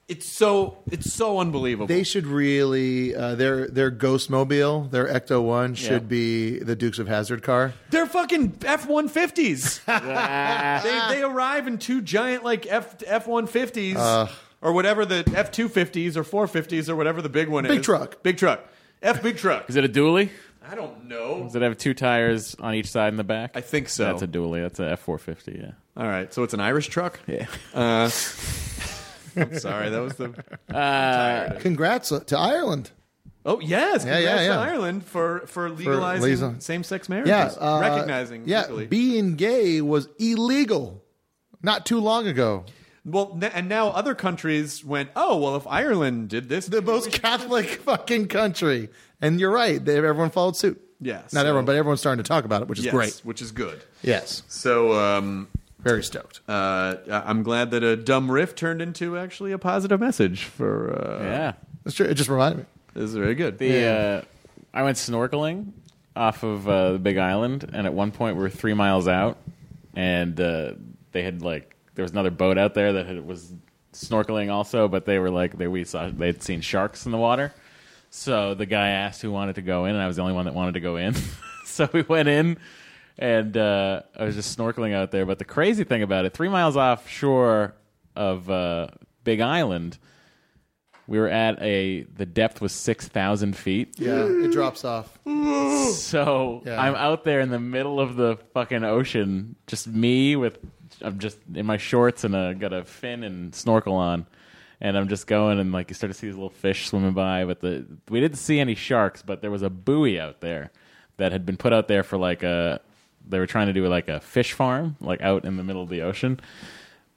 it's so it's so unbelievable.
They should really uh, their their Ghost Mobile, their Ecto One, should be the Dukes of Hazard car.
They're fucking F one fifties. They they arrive in two giant like F F one fifties
Uh.
or whatever the F two fifties or four fifties or whatever the big one is.
Big truck.
Big truck. F big truck.
Is it a dually?
I don't know.
Does it have two tires on each side in the back?
I think so.
That's a dually. That's a F four fifty. Yeah.
All right, so it's an Irish truck. Yeah. Uh, I'm sorry, that was the
Congrats uh, to Ireland.
Oh yes,
Yeah,
congrats
yeah, yeah.
to Ireland for for legalizing
legal-
same-sex
Yeah,
marriages,
uh,
recognizing
Yeah,
legally.
being gay was illegal not too long ago.
well, n- and now other countries went. Oh well, if Ireland did this,
The most Catholic fucking country, and you're right. They, everyone followed suit.
Yeah,
not
so-
everyone, but everyone's starting to talk about it, which is
yes,
great.
which is good.
Yes,
So um,
very stoked.
uh, I'm glad that a dumb riff turned into actually a positive message for. Uh,
Yeah.
That's true. It just reminded me.
this is very good.
The uh, I went snorkeling off of uh, the Big Island, and at one point we were three miles out, and uh, they had like there was another boat out there that had, was snorkeling also, but they were like they we saw they had seen sharks in the water, so the guy asked who wanted to go in, and I was the only one that wanted to go in, so we went in. And uh, I was just snorkeling out there, but the crazy thing about it, three miles offshore of uh, Big Island, we were at a the depth was six thousand feet.
Yeah, it drops off.
So
Yeah.
I'm out there in the middle of the fucking ocean, just me with I'm just in my shorts and I got a fin and snorkel on, and I'm just going and like you start to see these little fish swimming by, but the we didn't see any sharks, but there was a buoy out there that had been put out there for like a they were trying to do like a fish farm like out in the middle of the ocean,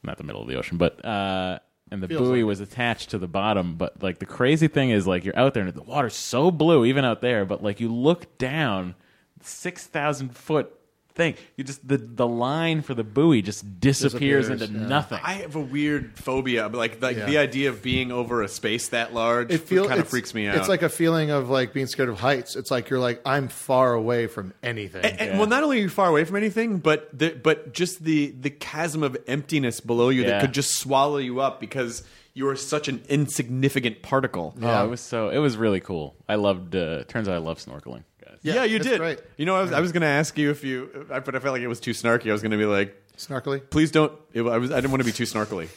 not the middle of the ocean, but uh. And the buoy was attached to the bottom, but like the crazy thing is, like you're out there and the water's so blue, even out there. But like you look down, six thousand foot thing. You just the the line for the buoy just disappears,
Disappears,
into
yeah.
nothing.
I have a weird phobia, like like
Yeah.
the idea of being over a space that large.
It feels
kind of freaks me out.
It's like a feeling of like being scared of heights. It's like you're like I'm far away from anything.
And, and- Well, not only are you far away from anything, but the, but just the the chasm of emptiness below you that
Yeah.
could just swallow you up because you are such an insignificant particle.
oh, it was so it was really cool. I loved. Uh, turns out I love snorkeling. Guys.
Yeah, you
that's
did.
great.
You know, I was, I was going to ask you if you, I- but I felt like it was too snarky. I was going to be like,
Snarkily.
please don't. It, I was. I didn't want to be too snarkily.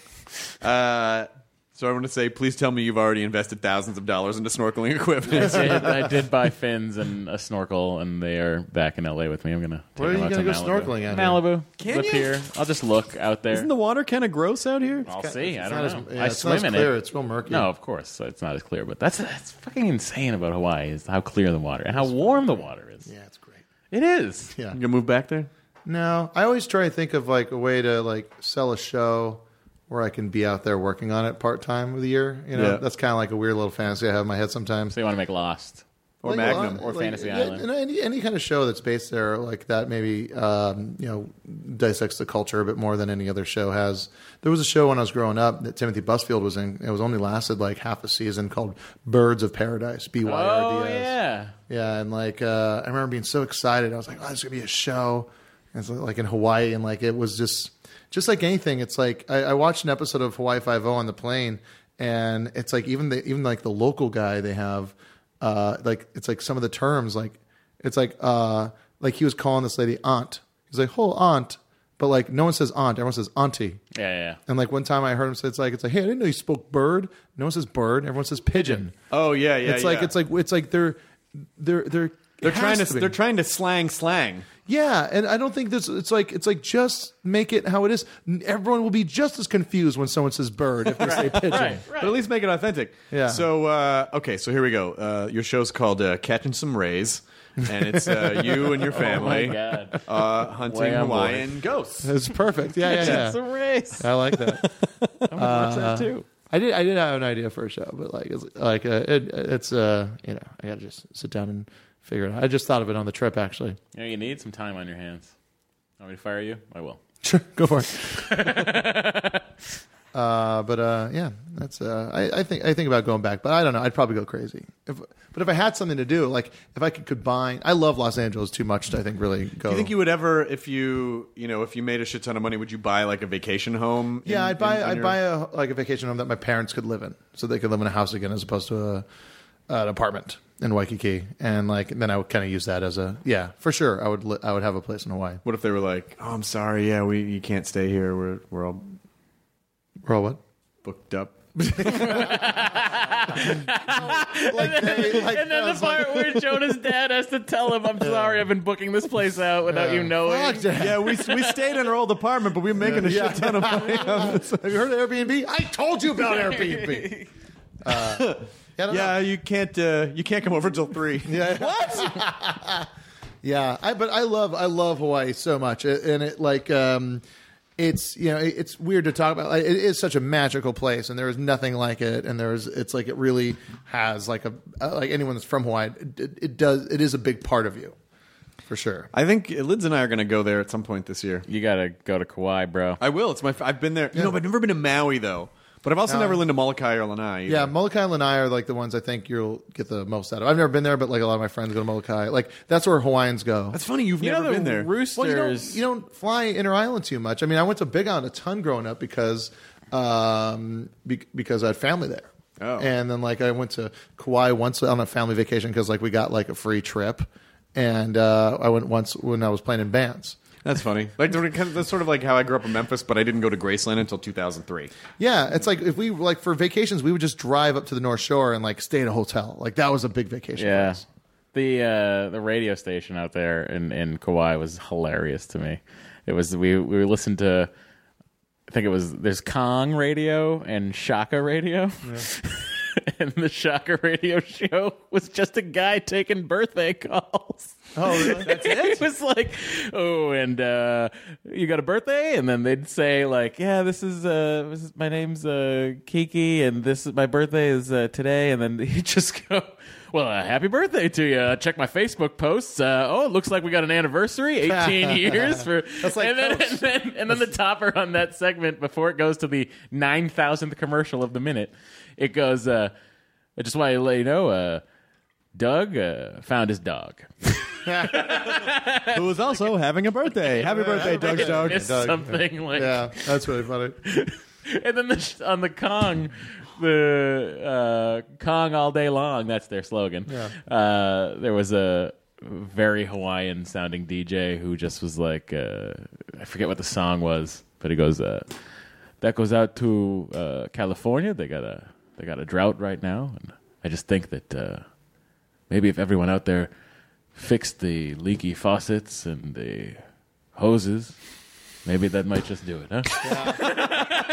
Uh, so I want to say, please tell me you've already invested thousands of dollars into snorkeling equipment.
I, did, I did buy fins and a snorkel, and they are back in LA with me. I'm gonna. Take
Where are
them
you
out
gonna
to
go
Malibu.
snorkeling out here?
Malibu.
Can
Up
you?
here. I'll just look out there.
Isn't the water kind of gross out here?
I'll see. I
it's
don't
not as-
know.
yeah,
I
it's not
swim
as
in
clear.
it.
It's real murky.
No, of course so it's not as clear. But that's that's fucking insane about Hawaii is how clear the water and how warm the water is.
Yeah, it's great.
It is.
Yeah.
You gonna move back there?
No, I always try to think of like a way to like sell a show where I can be out there working on it part time of the year. You know,
Yeah.
that's kind of like a weird little fantasy I have in my head sometimes.
So you want to make Lost? Or
Like a
Magnum.
lot-
Or
like,
Fantasy
yeah,
Island.
and any, any kind of show that's based there like that maybe um, you know dissects the culture a bit more than any other show has. There was a show when I was growing up that Timothy Busfield was in. It was only lasted like half a season called Birds of Paradise. B Y R
Oh
D S.
yeah.
Yeah, and like uh, I remember being so excited. I was like, "Oh, this is gonna be a show." And it's like in Hawaii, and like it was just, just like anything. It's like I, I watched an episode of Hawaii Five O on the plane, and it's like even the even like the local guy they have, uh, like it's like some of the terms like it's like uh like he was calling this lady aunt. He's like, "Oh, aunt," but like no one says aunt. Everyone says auntie.
Yeah, yeah.
And like one time I heard him say, "It's like it's like hey, I didn't know you spoke bird. No one says bird. Everyone says pigeon."
Oh yeah, yeah.
it's like it's like it's like they're they're they're
they're
it
trying
has
to,
be.
they're trying to slang slang.
yeah and i don't think this it's like it's like just make it how it is N- everyone will be just as confused when someone says bird if they say pigeon
But at least make it authentic.
Yeah.
So uh, okay, so here we go. Uh, your show's called uh, Catching Some Rays, and it's uh, you and your
Oh
family
Oh God.
uh, hunting
Wham, boy.
Hawaiian ghosts.
it's perfect yeah yeah, yeah.
race.
i like that Uh,
Watch that too.
i did i did have an idea for a show but like it's like uh, it, it's uh you know i gotta just sit down and figure it out i just thought of it on the trip actually
You know, you need some time on your hands. Want me to fire you? I will.
Sure, go for it. uh, but uh, yeah, that's. Uh, I, I think I think about going back, but I don't know. I'd probably go crazy. If, but if I had something to do, like if I could combine, I love Los Angeles too much to I think really go.
Do you think you would ever, if you you know, if you made a shit ton of money, would you buy like a vacation home?
Yeah,
in-
I'd buy
in- on
I'd
your-
buy a like a vacation home that my parents could live in, so they could live in a house again as opposed to a an apartment in Waikiki, and like then I would kind of use that as a yeah for sure. I would li- I would have a place in Hawaii.
What if they were like, "Oh, I'm sorry, yeah, we you can't stay here. We're we're all
Roll what?
booked up."
Like, they, like
And then the part where Jonah's dad has to tell him, "I'm sorry, I've been booking this place out without you knowing."
Fuck that.
yeah, we we stayed in our old apartment, but we were making a shit ton of money.
Have you heard of Airbnb? I told you about Airbnb. Uh, yeah, I don't
yeah,
know.
you can't uh, you can't come over till three.
yeah. What? yeah, I, but I love I love Hawaii so much, It- and it like um, it's you know it- it's weird to talk about. Like, it is such a magical place, and there is nothing like it. And there's it's like it really has like a uh, like anyone that's from Hawaii, it, it does it is a big part of you, for sure.
I think Lids and I are going to go there at some point this year.
You gotta go to Kauai, bro.
I will. It's my. f- I've been there. You know, but I've never been to Maui though. But I've also never been to Molokai or Lanai. either.
Yeah, Molokai and Lanai are like the ones I think you'll get the most out of. I've never been there, but like a lot of my friends go to Molokai. Like that's where Hawaiians go.
that's funny. You've
You
never
know the
been there.
roosters.
Well, you don't, you don't fly inter island too much. I mean, I went to Big Island a ton growing up because um, be, because I had family there.
Oh.
And then like I went to Kauai once on a family vacation because like we got like a free trip, and uh, I went once when I was playing in bands.
That's funny. Like that's sort of like how I grew up in Memphis, but I didn't go to Graceland until 2003.
Yeah, it's like if we like for vacations, we would just drive up to the North Shore and like stay in a hotel. Like that was a big vacation. for
Yeah.
us.
The uh, the radio station out there in, in Kauai was hilarious to me. It was we we listened to I think it was there's Kong radio and Shaka radio. and the Shaka radio show was just a guy taking birthday calls.
Oh, really?
That's it. it was like, oh, and uh, you got a birthday, and then they'd say like, yeah, this is uh, this is, my name's uh, Kiki, and this is my birthday is uh, today, and then you just go. Well, uh, happy birthday to you. Uh, Check my Facebook posts. Uh, oh, it looks like we got an anniversary, 18 years for
That's like
and, then,
Coach.
and then and then the topper on that segment before it goes to the 9,000th commercial of the minute. It goes uh, I just want to let you know uh, Doug uh, found his dog.
Who was also having a birthday. Happy birthday, Doug's dog.
Missed something like
yeah, that's really funny.
and then the sh- on the Kong, the uh, Kong all day long. That's their slogan. Uh, there was a very Hawaiian sounding DJ who just was like, uh, I forget what the song was, but he goes, uh, "That goes out to uh, California. They got a they got a drought right now, and I just think that uh, maybe if everyone out there fixed the leaky faucets and the hoses." Maybe that might just do it, huh?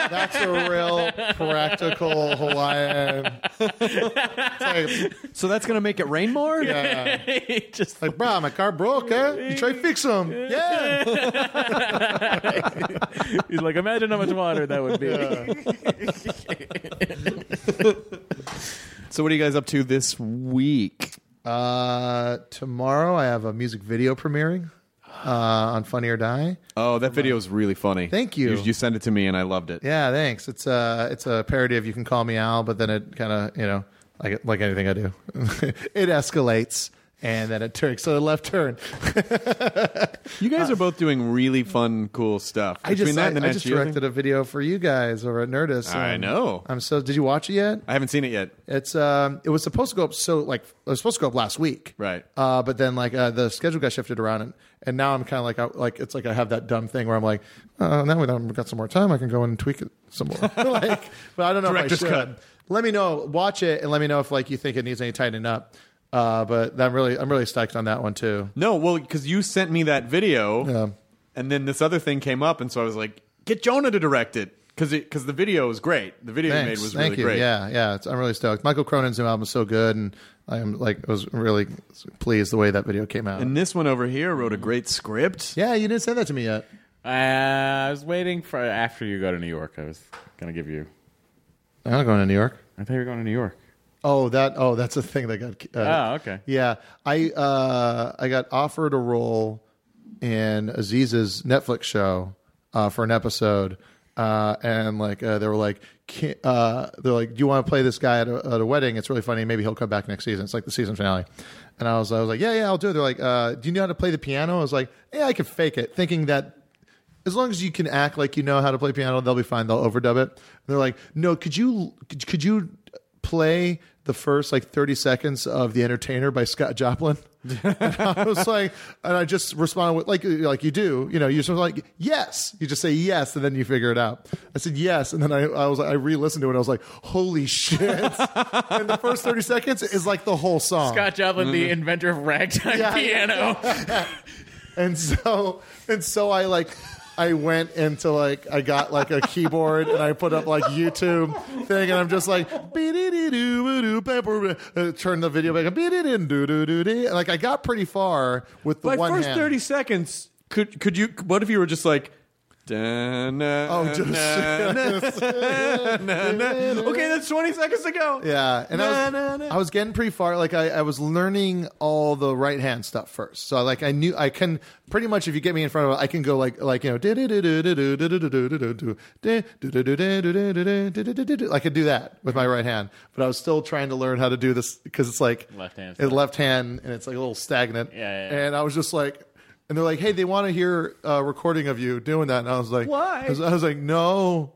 That's a real practical Hawaiian. It's like,
So that's going to make it rain more?
just
like, bro, my car broke, eh? You try to fix them. Yeah.
He's like, imagine how much water that would be.
So what are you guys up to this week?
Uh, tomorrow I have a music video premiering uh, on Funny or Die.
Oh, that video is really funny.
Thank you.
You, you sent it to me, and I loved it.
Yeah, thanks. It's a it's a parody of You Can Call Me Al, but then it kind of you know like like anything I do, it escalates and then it takes a left turn.
You guys are both doing really fun, cool stuff.
Uh, I just
Between that
I,
and the
I
Nat
just
Geo thing-
directed a video for you guys over at Nerdist.
I
and
know.
I'm so. Did you watch it yet?
I haven't seen it yet.
It's um, it was supposed to go up so like it was supposed to go up last week,
Right.
Uh, but then like uh, the schedule got shifted around, and, and now I'm kind of like I, like it's like I have that dumb thing where I'm like, uh, now that I've got some more time, I can go in and tweak it some more. like, but I don't know
Director's
if I should.
cut.
Let me know, watch it, and let me know if like you think it needs any tightening up. Uh, but I'm really I'm really stoked on that one too.
No, well, because you sent me that video, and then this other thing came up, and so I was like, get Jonah to direct it because because the video was great. The video you made was
Thank
really
you.
great.
Yeah, yeah. It's, I'm really stoked. Michael Cronin's new album is so good, and I am like I was really pleased the way that video came out.
And this one over here wrote a great script.
yeah, you didn't say that to me yet.
Uh, I was waiting for after you go to New York. I was gonna give you.
I'm not going to New York.
I thought you were going to New York.
Oh, that. Oh, that's a thing that got. Uh,
Oh, okay.
Yeah, I uh, I got offered a role in Aziz's Netflix show uh, for an episode, uh, and like uh, they were like, "Can- uh, they're like, do you want to play this guy at a, at a wedding? It's really funny. Maybe he'll come back next season. It's like the season finale. And I was I was like, yeah, yeah, I'll do it. They're like, uh, do you know how to play the piano? I was like, yeah, I could fake it, thinking that as long as you can act like you know how to play piano, they'll be fine. They'll overdub it. And they're like, no, could you could, could you play the first like 30 seconds of The Entertainer by Scott Joplin? and I was like, and I just responded with like like you do, you know, you're sort of like yes, you just say yes, and then you figure it out. I said yes, and then I, I was I re-listened to it. And I was like, holy shit! and the first 30 seconds is like the whole song.
Scott Joplin, the inventor of ragtime
Mm-hmm. Yeah.
piano.
and so and so I like I went into like I got like a keyboard and I put up like YouTube thing and I'm just like uh, turn the video back and like I got pretty far with the
By
one
first
hand.
thirty seconds, could could you? What if you were just like,
Oh,
oh,
just-
okay, that's twenty seconds to go.
Yeah, and I was,
Na, na, na.
I was getting pretty far. Like I, I was learning all the right hand stuff first. So like I knew I can pretty much if you get me in front of it, I can go like like you know I could do that with my right hand. But I was still trying to learn how to do this because it's like
Left hand.
it's left hand, and it's like a little stagnant.
Yeah, yeah, yeah.
And I was just like. And they're like, "Hey, they want to hear a recording of you doing that." And I was like,
Why?
I was, I was like, "No,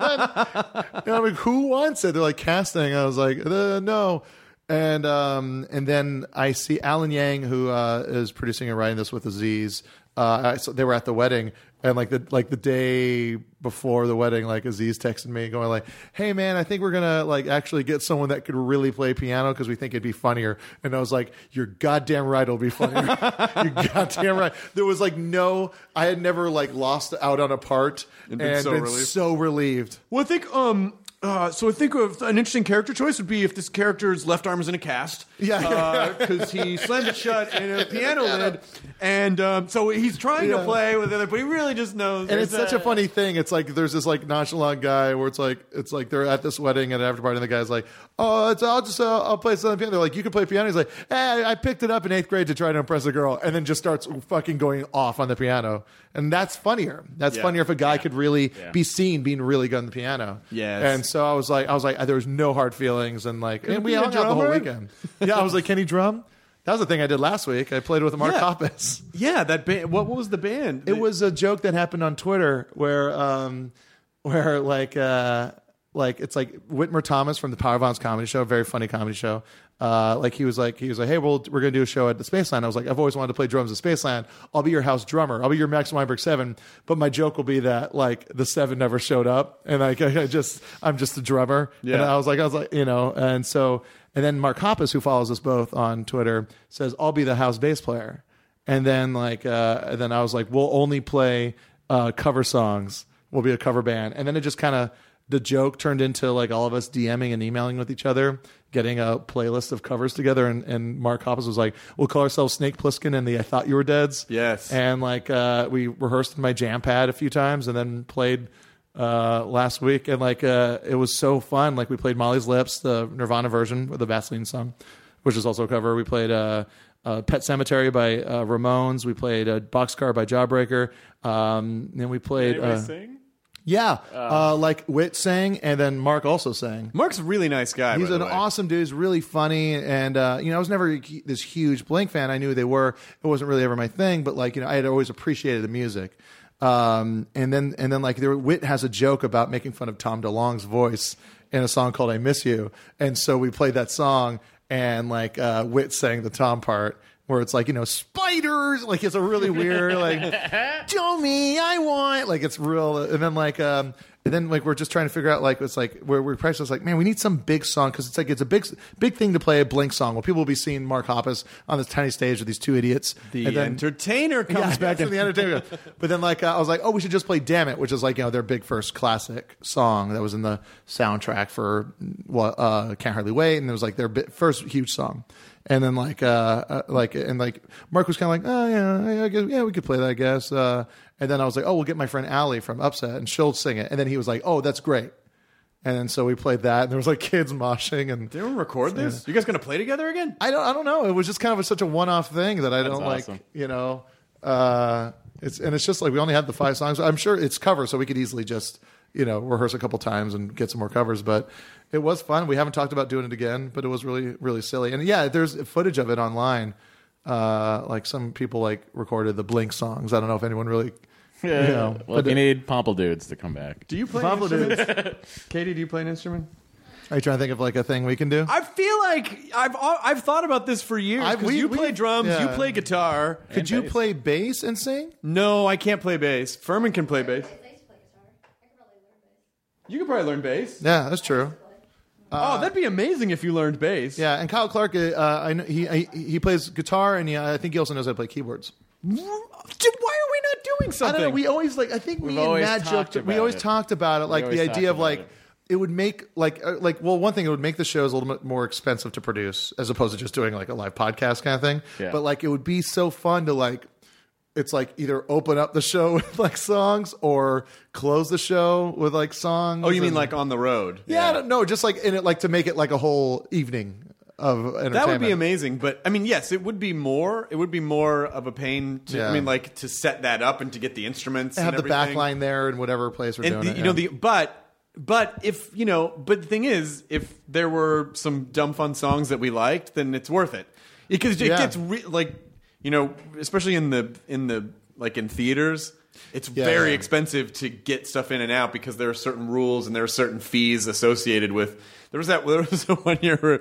and I'm like, who wants it? They're like casting. I was like, uh, no. And um, and then I see Alan Yang, who uh, is producing and writing this with Aziz. Uh, I, so they were at the wedding, and like the like the day before the wedding, like Aziz texted me, going like, "Hey man, I think we're gonna like actually get someone that could really play piano because we think it'd be funnier." And I was like, "You're goddamn right, it'll be funnier. You're goddamn right." There was like no, I had never like lost out on a part and
been
been
so relieved.
so relieved.
Well, I think um. Uh, so I think of an interesting character choice would be if this character's left arm is in a cast,
Yeah.
because he slammed it shut in a piano lid, and um, so he's trying
Yeah.
to play with the other, but he really just knows.
and it's
there's
such a funny thing. It's like there's this like nonchalant guy where it's like it's like they're at this wedding at an after party, and the guy's like, "Oh, it's, I'll just uh, I'll play some piano." They're like, "You can play piano." He's like, "Hey, I picked it up in eighth grade to try to impress a girl," and then just starts fucking going off on the piano, and that's funnier. That's
Yeah.
funnier if a guy could really be seen being really good on the piano.
Yes.
And so I was like, I was like, there was no hard feelings, and like, and we
be a
hung out the whole
drummer?
weekend. yeah, I was like, "Can he drum?" That was the thing I did last week. I played with Mark
Yeah.
Hoppus.
Yeah, that band. What, what was the band?
It was a joke that happened on Twitter where, um, where like, uh, like it's like Whitmer Thomas from the Power Bombs comedy show, very funny comedy show. Uh, like he was like he was like, hey, well, we're gonna do a show at the Spaceland. I was like, I've always wanted to play drums at Spaceland. I'll be your house drummer. I'll be your Max Weinberg Seven. But my joke will be that like the Seven never showed up, and like I just I'm just a drummer. And
Yeah.
I was like I was like you know, and so and then Mark Hoppus, who follows us both on Twitter, says I'll be the house bass player. And then like uh, and then I was like, we'll only play uh, cover songs. We'll be a cover band. And then it just kind of the joke turned into like all of us DMing and emailing with each other, getting a playlist of covers together. And, and Mark Hoppus was like, we'll call ourselves Snake Plissken and the I Thought You Were Deads.
Yes.
And like uh, we rehearsed in my jam pad a few times and then played uh, last week. And like uh, it was so fun. Like we played Molly's Lips, the Nirvana version with the Vaseline song. which is also a cover. We played uh, uh, Pet Cemetery by uh, Ramones. We played uh, Boxcar by Jawbreaker. Um, then we played. uh, Yeah, uh, like Wit sang, and then Mark also sang.
Mark's a really nice guy.
He's
by the way.
an awesome dude. He's really funny, and uh, you know, I was never this huge Blink fan. I knew who they were. It wasn't really ever my thing, but like you know, I had always appreciated the music. Um, and then and then like there, Wit has a joke about making fun of Tom DeLonge's voice in a song called "I Miss You," and so we played that song, and like uh, Wit sang the Tom part. Where it's like you know spiders, like it's a really weird like, show me I want, like it's real, and then like um, and then like we're just trying to figure out like it's like we're we're practicing like man we need some big song because it's like it's a big big thing to play a Blink song. Well, people will be seeing Mark Hoppus on this tiny stage with these two idiots.
The
and then,
entertainer comes
yeah,
back
back in the entertainment. but then like uh, I was like oh we should just play Damn It, which is like you know their big first classic song that was in the soundtrack for what uh, Can't Hardly Wait, and it was like their bi- first huge song. And then like uh, uh like and like Mark was kind of like oh yeah I- I guess yeah we could play that I guess. Uh, and then I was like oh we'll get my friend Allie from Upset and she'll sing it. And then he was like oh that's great. And then so we played that, and there was like kids moshing, and
Did anyone record this? You guys gonna play together again?
I don't, I don't know. It was just kind of a, such a one-off thing that I don't
awesome.
like, you know. Uh, it's and it's just like we only had the five songs. I'm sure it's cover, so we could easily just you know rehearse a couple times and get some more covers. But it was fun. We haven't talked about doing it again, but it was really really silly. And yeah, there's footage of it online. Uh, like some people like recorded the Blink songs. I don't know if anyone really.
Yeah.
You know,
well,
but-
we need Pomple dudes to come back.
Do you play an
Pablo
instrument?
dudes.
Katie, do you play an instrument?
Are you trying to think of like a thing we can do?
I feel like I've al- I've thought about this for years.
I-
'cause
we-
you
we-
play drums,
yeah.
you play guitar.
Could you
bass.
play bass and sing?
No, I can't play bass. Furman can play bass. You could probably learn bass.
Yeah, that's true.
oh, that'd be amazing if you learned bass.
Yeah, and Kyle Clark, uh, I know he, he he plays guitar, and yeah, I think he also knows how to play keyboards.
Dude, why are we not doing
I
something?
don't know. We always like I think
We've
me and
always
Matt
talked
joked. We
about
always
it.
talked about it, like
always
the
talked
idea of
about
like
it.
it. would make like uh, like well, one thing it would make the shows a little bit more expensive to produce as opposed to just doing like a live podcast kind of thing.
Yeah.
But like it would be so fun to like. It's like either open up the show with like songs or close the show with like songs.
oh, you mean
and-
like on the road?
yeah, I don't know, just like in it, like to make it like a whole evening of entertainment.
That would be amazing, but I mean, yes, it would be more. It would be more of a pain. To, I
Yeah.
mean, like to set that up and to get the instruments.
have
and
the back
everything.
line there and whatever place we're
and
doing
the,
it,
you know the
yeah.
but but if you know but the thing is if there were some dumb fun songs that we liked then it's worth it because it,
Yeah.
gets re- like you know especially in the in the like in theaters it's
Yeah,
very
yeah.
expensive to get stuff in and out because there are certain rules and there are certain fees associated with there was that there was one year where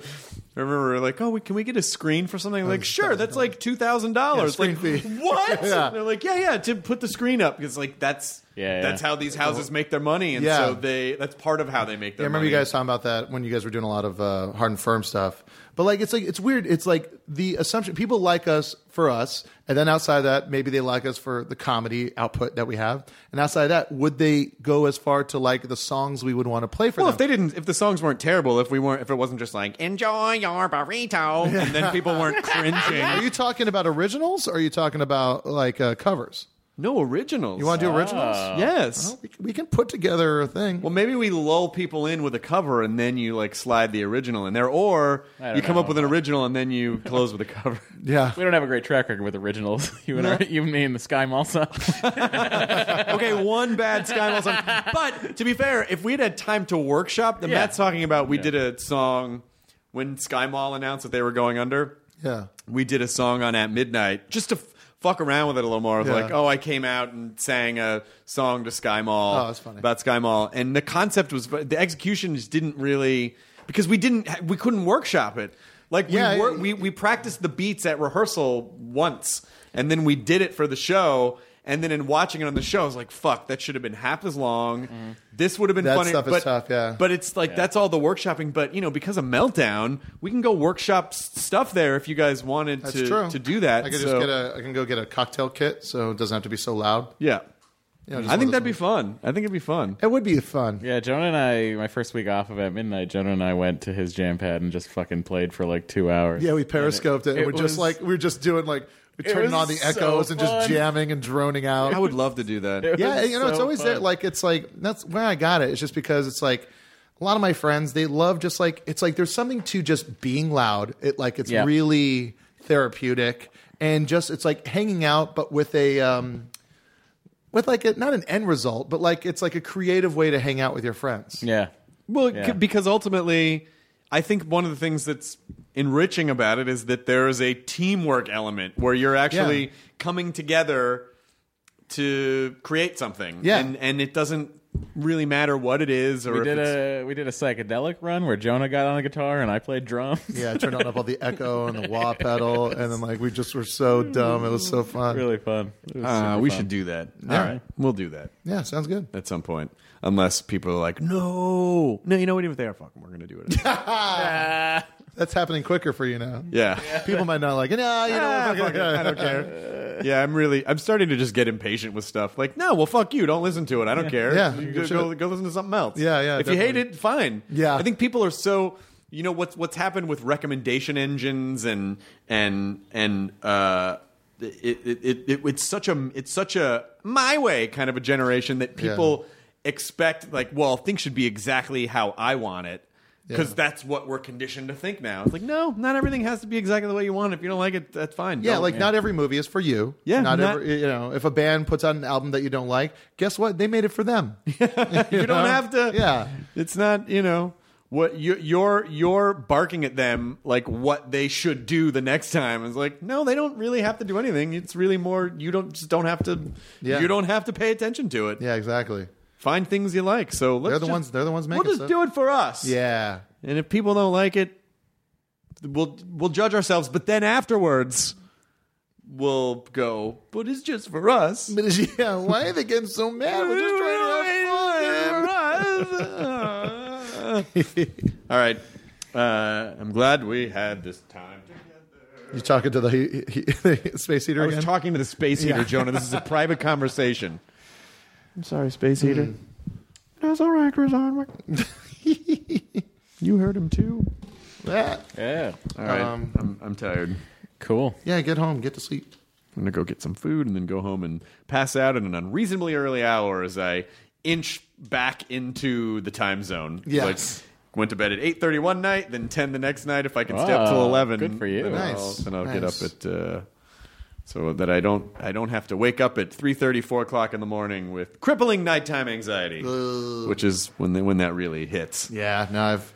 I remember we were like, oh, we, can we get a screen for something? Like, sure, that's like two thousand dollars.
Oh, Yeah,
Like,
screen fee.
what?
Yeah.
They're like, yeah, yeah, to put the screen up because like that's
Yeah,
that's
yeah.
how these houses make their money, and
Yeah.
so they that's part of how they make
Yeah,
their.
I remember
money.
you guys talking about that when you guys were doing a lot of uh, hard and firm stuff. But like, it's like it's weird. It's like the assumption people like us for us, and then outside of that, maybe they like us for the comedy output that we have. And outside of that, would they go as far to like the songs we would want to play for
Well,
them?
if they didn't, if the songs weren't terrible, if we weren't, if it wasn't just like enjoy your burrito, and then people weren't
are
cringing.
you talking about originals or are you talking about like uh, covers?
No originals.
You want to
Ah.
do originals? Oh.
Yes.
We, we can put together a thing.
Well, maybe we lull people in with a cover, and then you like slide the original in there, or you come
know.
up with an original and then you close with a cover.
yeah.
We don't have a great track record with originals. You and I, you and me and the Sky Mall song.
okay, one bad Skywall song. But to be fair, if we'd had time to workshop, the
Yeah.
Matt's talking about, we did a song when Skymall announced that they were going under.
Yeah.
We did a song on At Midnight just to f- fuck around with it a little more. Of
Yeah.
Like, oh, I came out and sang a song to Skymall
Oh, that's funny.
about Skymall, and the concept was fu- the execution just didn't really because we didn't we couldn't workshop it. Like
Yeah,
we, wor-
it-
we we practiced the beats at rehearsal once, and then we did it for the show. And then in watching it on the show, I was like, "Fuck, that should have been half as long.
Mm-hmm.
This would have been
That
funny."
stuff is
but,
tough, yeah.
But it's like that's all the workshopping. But you know, because of meltdown, we can go workshop s- stuff there if you guys wanted
That's
to
true.
to do that.
I could
So,
just get a. I can go get a cocktail kit, so it doesn't have to be so loud.
yeah.
You know, just
I
one
think
of
that'd be
those
fun. I think it'd be fun.
ones. It would be fun.
yeah, Jonah and I, my first week off of at midnight, Jonah and I went to his jam pad and just fucking played for like two hours.
Yeah, we periscoped it. and
it
we're
was-
just like we were just doing like
It
turning
was
on the
so
echoes and just
fun.
jamming and droning out.
I would love to do that.
yeah,
was
you know, it's
so
always
fun.
there. Like it's like that's where I got it. It's just because it's like a lot of my friends they love just like it's like there's something to just being loud. It like it's
Yeah.
really therapeutic and just it's like hanging out, but with a um, with like a not an end result, but like it's like a creative way to hang out with your friends.
Yeah.
Well,
Yeah.
c- because ultimately, I think one of the things that's enriching about it is that there is a teamwork element where you're actually
Yeah.
coming together to create something.
Yeah.
And, and it doesn't really matter what it is or
We
if
did
it's.
a we did a psychedelic run where Jonah got on the guitar and I played drums.
Yeah, I turned on up all the echo and the wah pedal, and then like we just were so dumb. It was so fun.
really fun. It was
Uh,
super
we
fun.
should do that.
Yeah.
All right. We'll do that
Yeah, sounds good.
at some point. Unless people are like, no. No, you know what? Even if they are fucking, we're going to do it.
That's happening quicker for you now.
yeah.
People might not like it. Nah, you know, fuck it.
Ah, I don't care. Yeah, I'm really, I'm starting to just get impatient with stuff. Like, no, well, fuck you. Don't listen to it. I don't care.
Yeah.
You go, go, go listen to something else.
Yeah, yeah,
If you hate
definitely.
it, fine.
Yeah.
I think people are so, you know, what's what's happened with recommendation engines and and and uh, it, it, it, it it's such a it's such a my way kind of a generation that
Yeah.
people expect like, well, things should be exactly how I want it. Because
Yeah.
that's what we're conditioned to think now. It's like, no, not everything has to be exactly the way you want. it. If you don't like it, that's fine.
Yeah,
Don't-
like not every movie is for you.
Yeah,
not,
not-
every. You know, if a band puts out an album that you don't like, guess what? They made it for them.
you don't have to
Yeah.
it's not you know what you, you're you're barking at them like what they should do the next time it's like no they don't really have to do anything it's really more you don't just don't have to
Yeah.
you don't have to pay attention to it
yeah, exactly.
find things you like so let's
They're the
just-
ones- they're the ones
we'll
making
just
stuff.
do it for us
Yeah,
and if people don't like it we'll we'll judge ourselves but then afterwards we'll go but it's just for us
but it's- yeah. Why are they getting so mad? We're just trying to have fun.
All right. Uh, I'm glad we had this time.
You talking to the, he, he, the space heater
I was
again?
talking to the space heater, Jonah. This is a private conversation. Hmm.
I'm sorry, Space Eater. That's all right, Chris Hardwick. you heard him too.
yeah.
Yeah.
All right.
Um,
I'm, I'm tired.
Cool.
yeah, get home, get to sleep.
I'm gonna go get some food and then go home and pass out at an unreasonably early hour as I inch back into the time zone.
Yes.
Like, went to bed at 8:30 one night, then 10 the next night if I can stay up till
Ah,
Wow,
11.
good for you.
Then I'll,
Nice,
then I'll
nice.
get up at uh, so that I don't I don't have to wake up at 3:30 4 o'clock in the morning with crippling nighttime anxiety, which is when the, when that really hits.
Yeah, now I've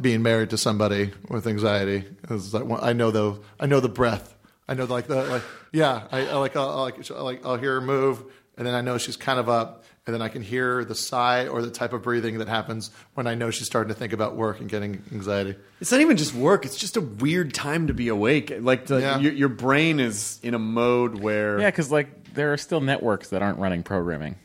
being married to somebody with anxiety. Is like one- I know the I know the breath. I know like the like yeah. I, I like I'll, I'll, like she'll- like I'll hear her move, and then I know she's kind of up, and then I can hear the sigh or the type of breathing that happens when I know she's starting to think about work and getting anxiety.
It's not even just work. It's just a weird time to be awake. Like the,
Yeah.
your, your brain is in a mode where
Yeah, because like there are still networks that aren't running programming.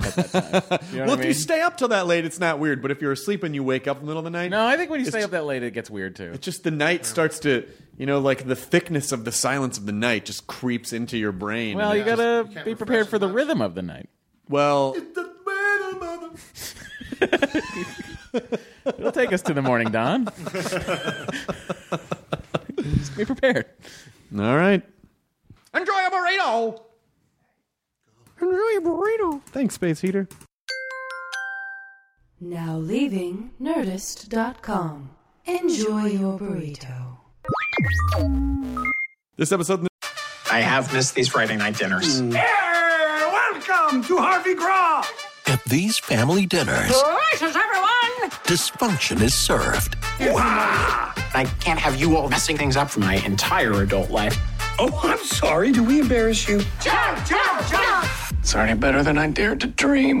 At that time. You know
well,
what
if
I mean?
you stay up till that late, it's not weird. But if you're asleep and you wake up in the middle of the night,
no, I think when you stay
it's-
up that late, it gets weird too.
it's just the night starts to, you know, like the thickness of the silence of the night just creeps into your brain.
Well,
And
you
it-
gotta
can't
be
refresh
prepared for the
much.
rhythm of the night.
well,
It'll take us to the morning dawn. just be prepared.
all right.
Enjoy a burrito.
Enjoy your burrito. Thanks, Space Heater.
Now leaving Nerdist.com. Enjoy your burrito.
This episode.
I have missed these Friday night dinners.
welcome to Harvey Graw.
At these family dinners,
Gracious, everyone!
dysfunction is served.
I can't have you all messing things up for my entire adult life.
Oh, I'm sorry. Do we embarrass you?
It's already better than I dared to dream.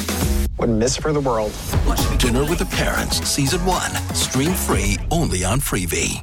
Wouldn't miss it for the world.
Dinner with the Parents, Season 1. Stream free only on Freevee.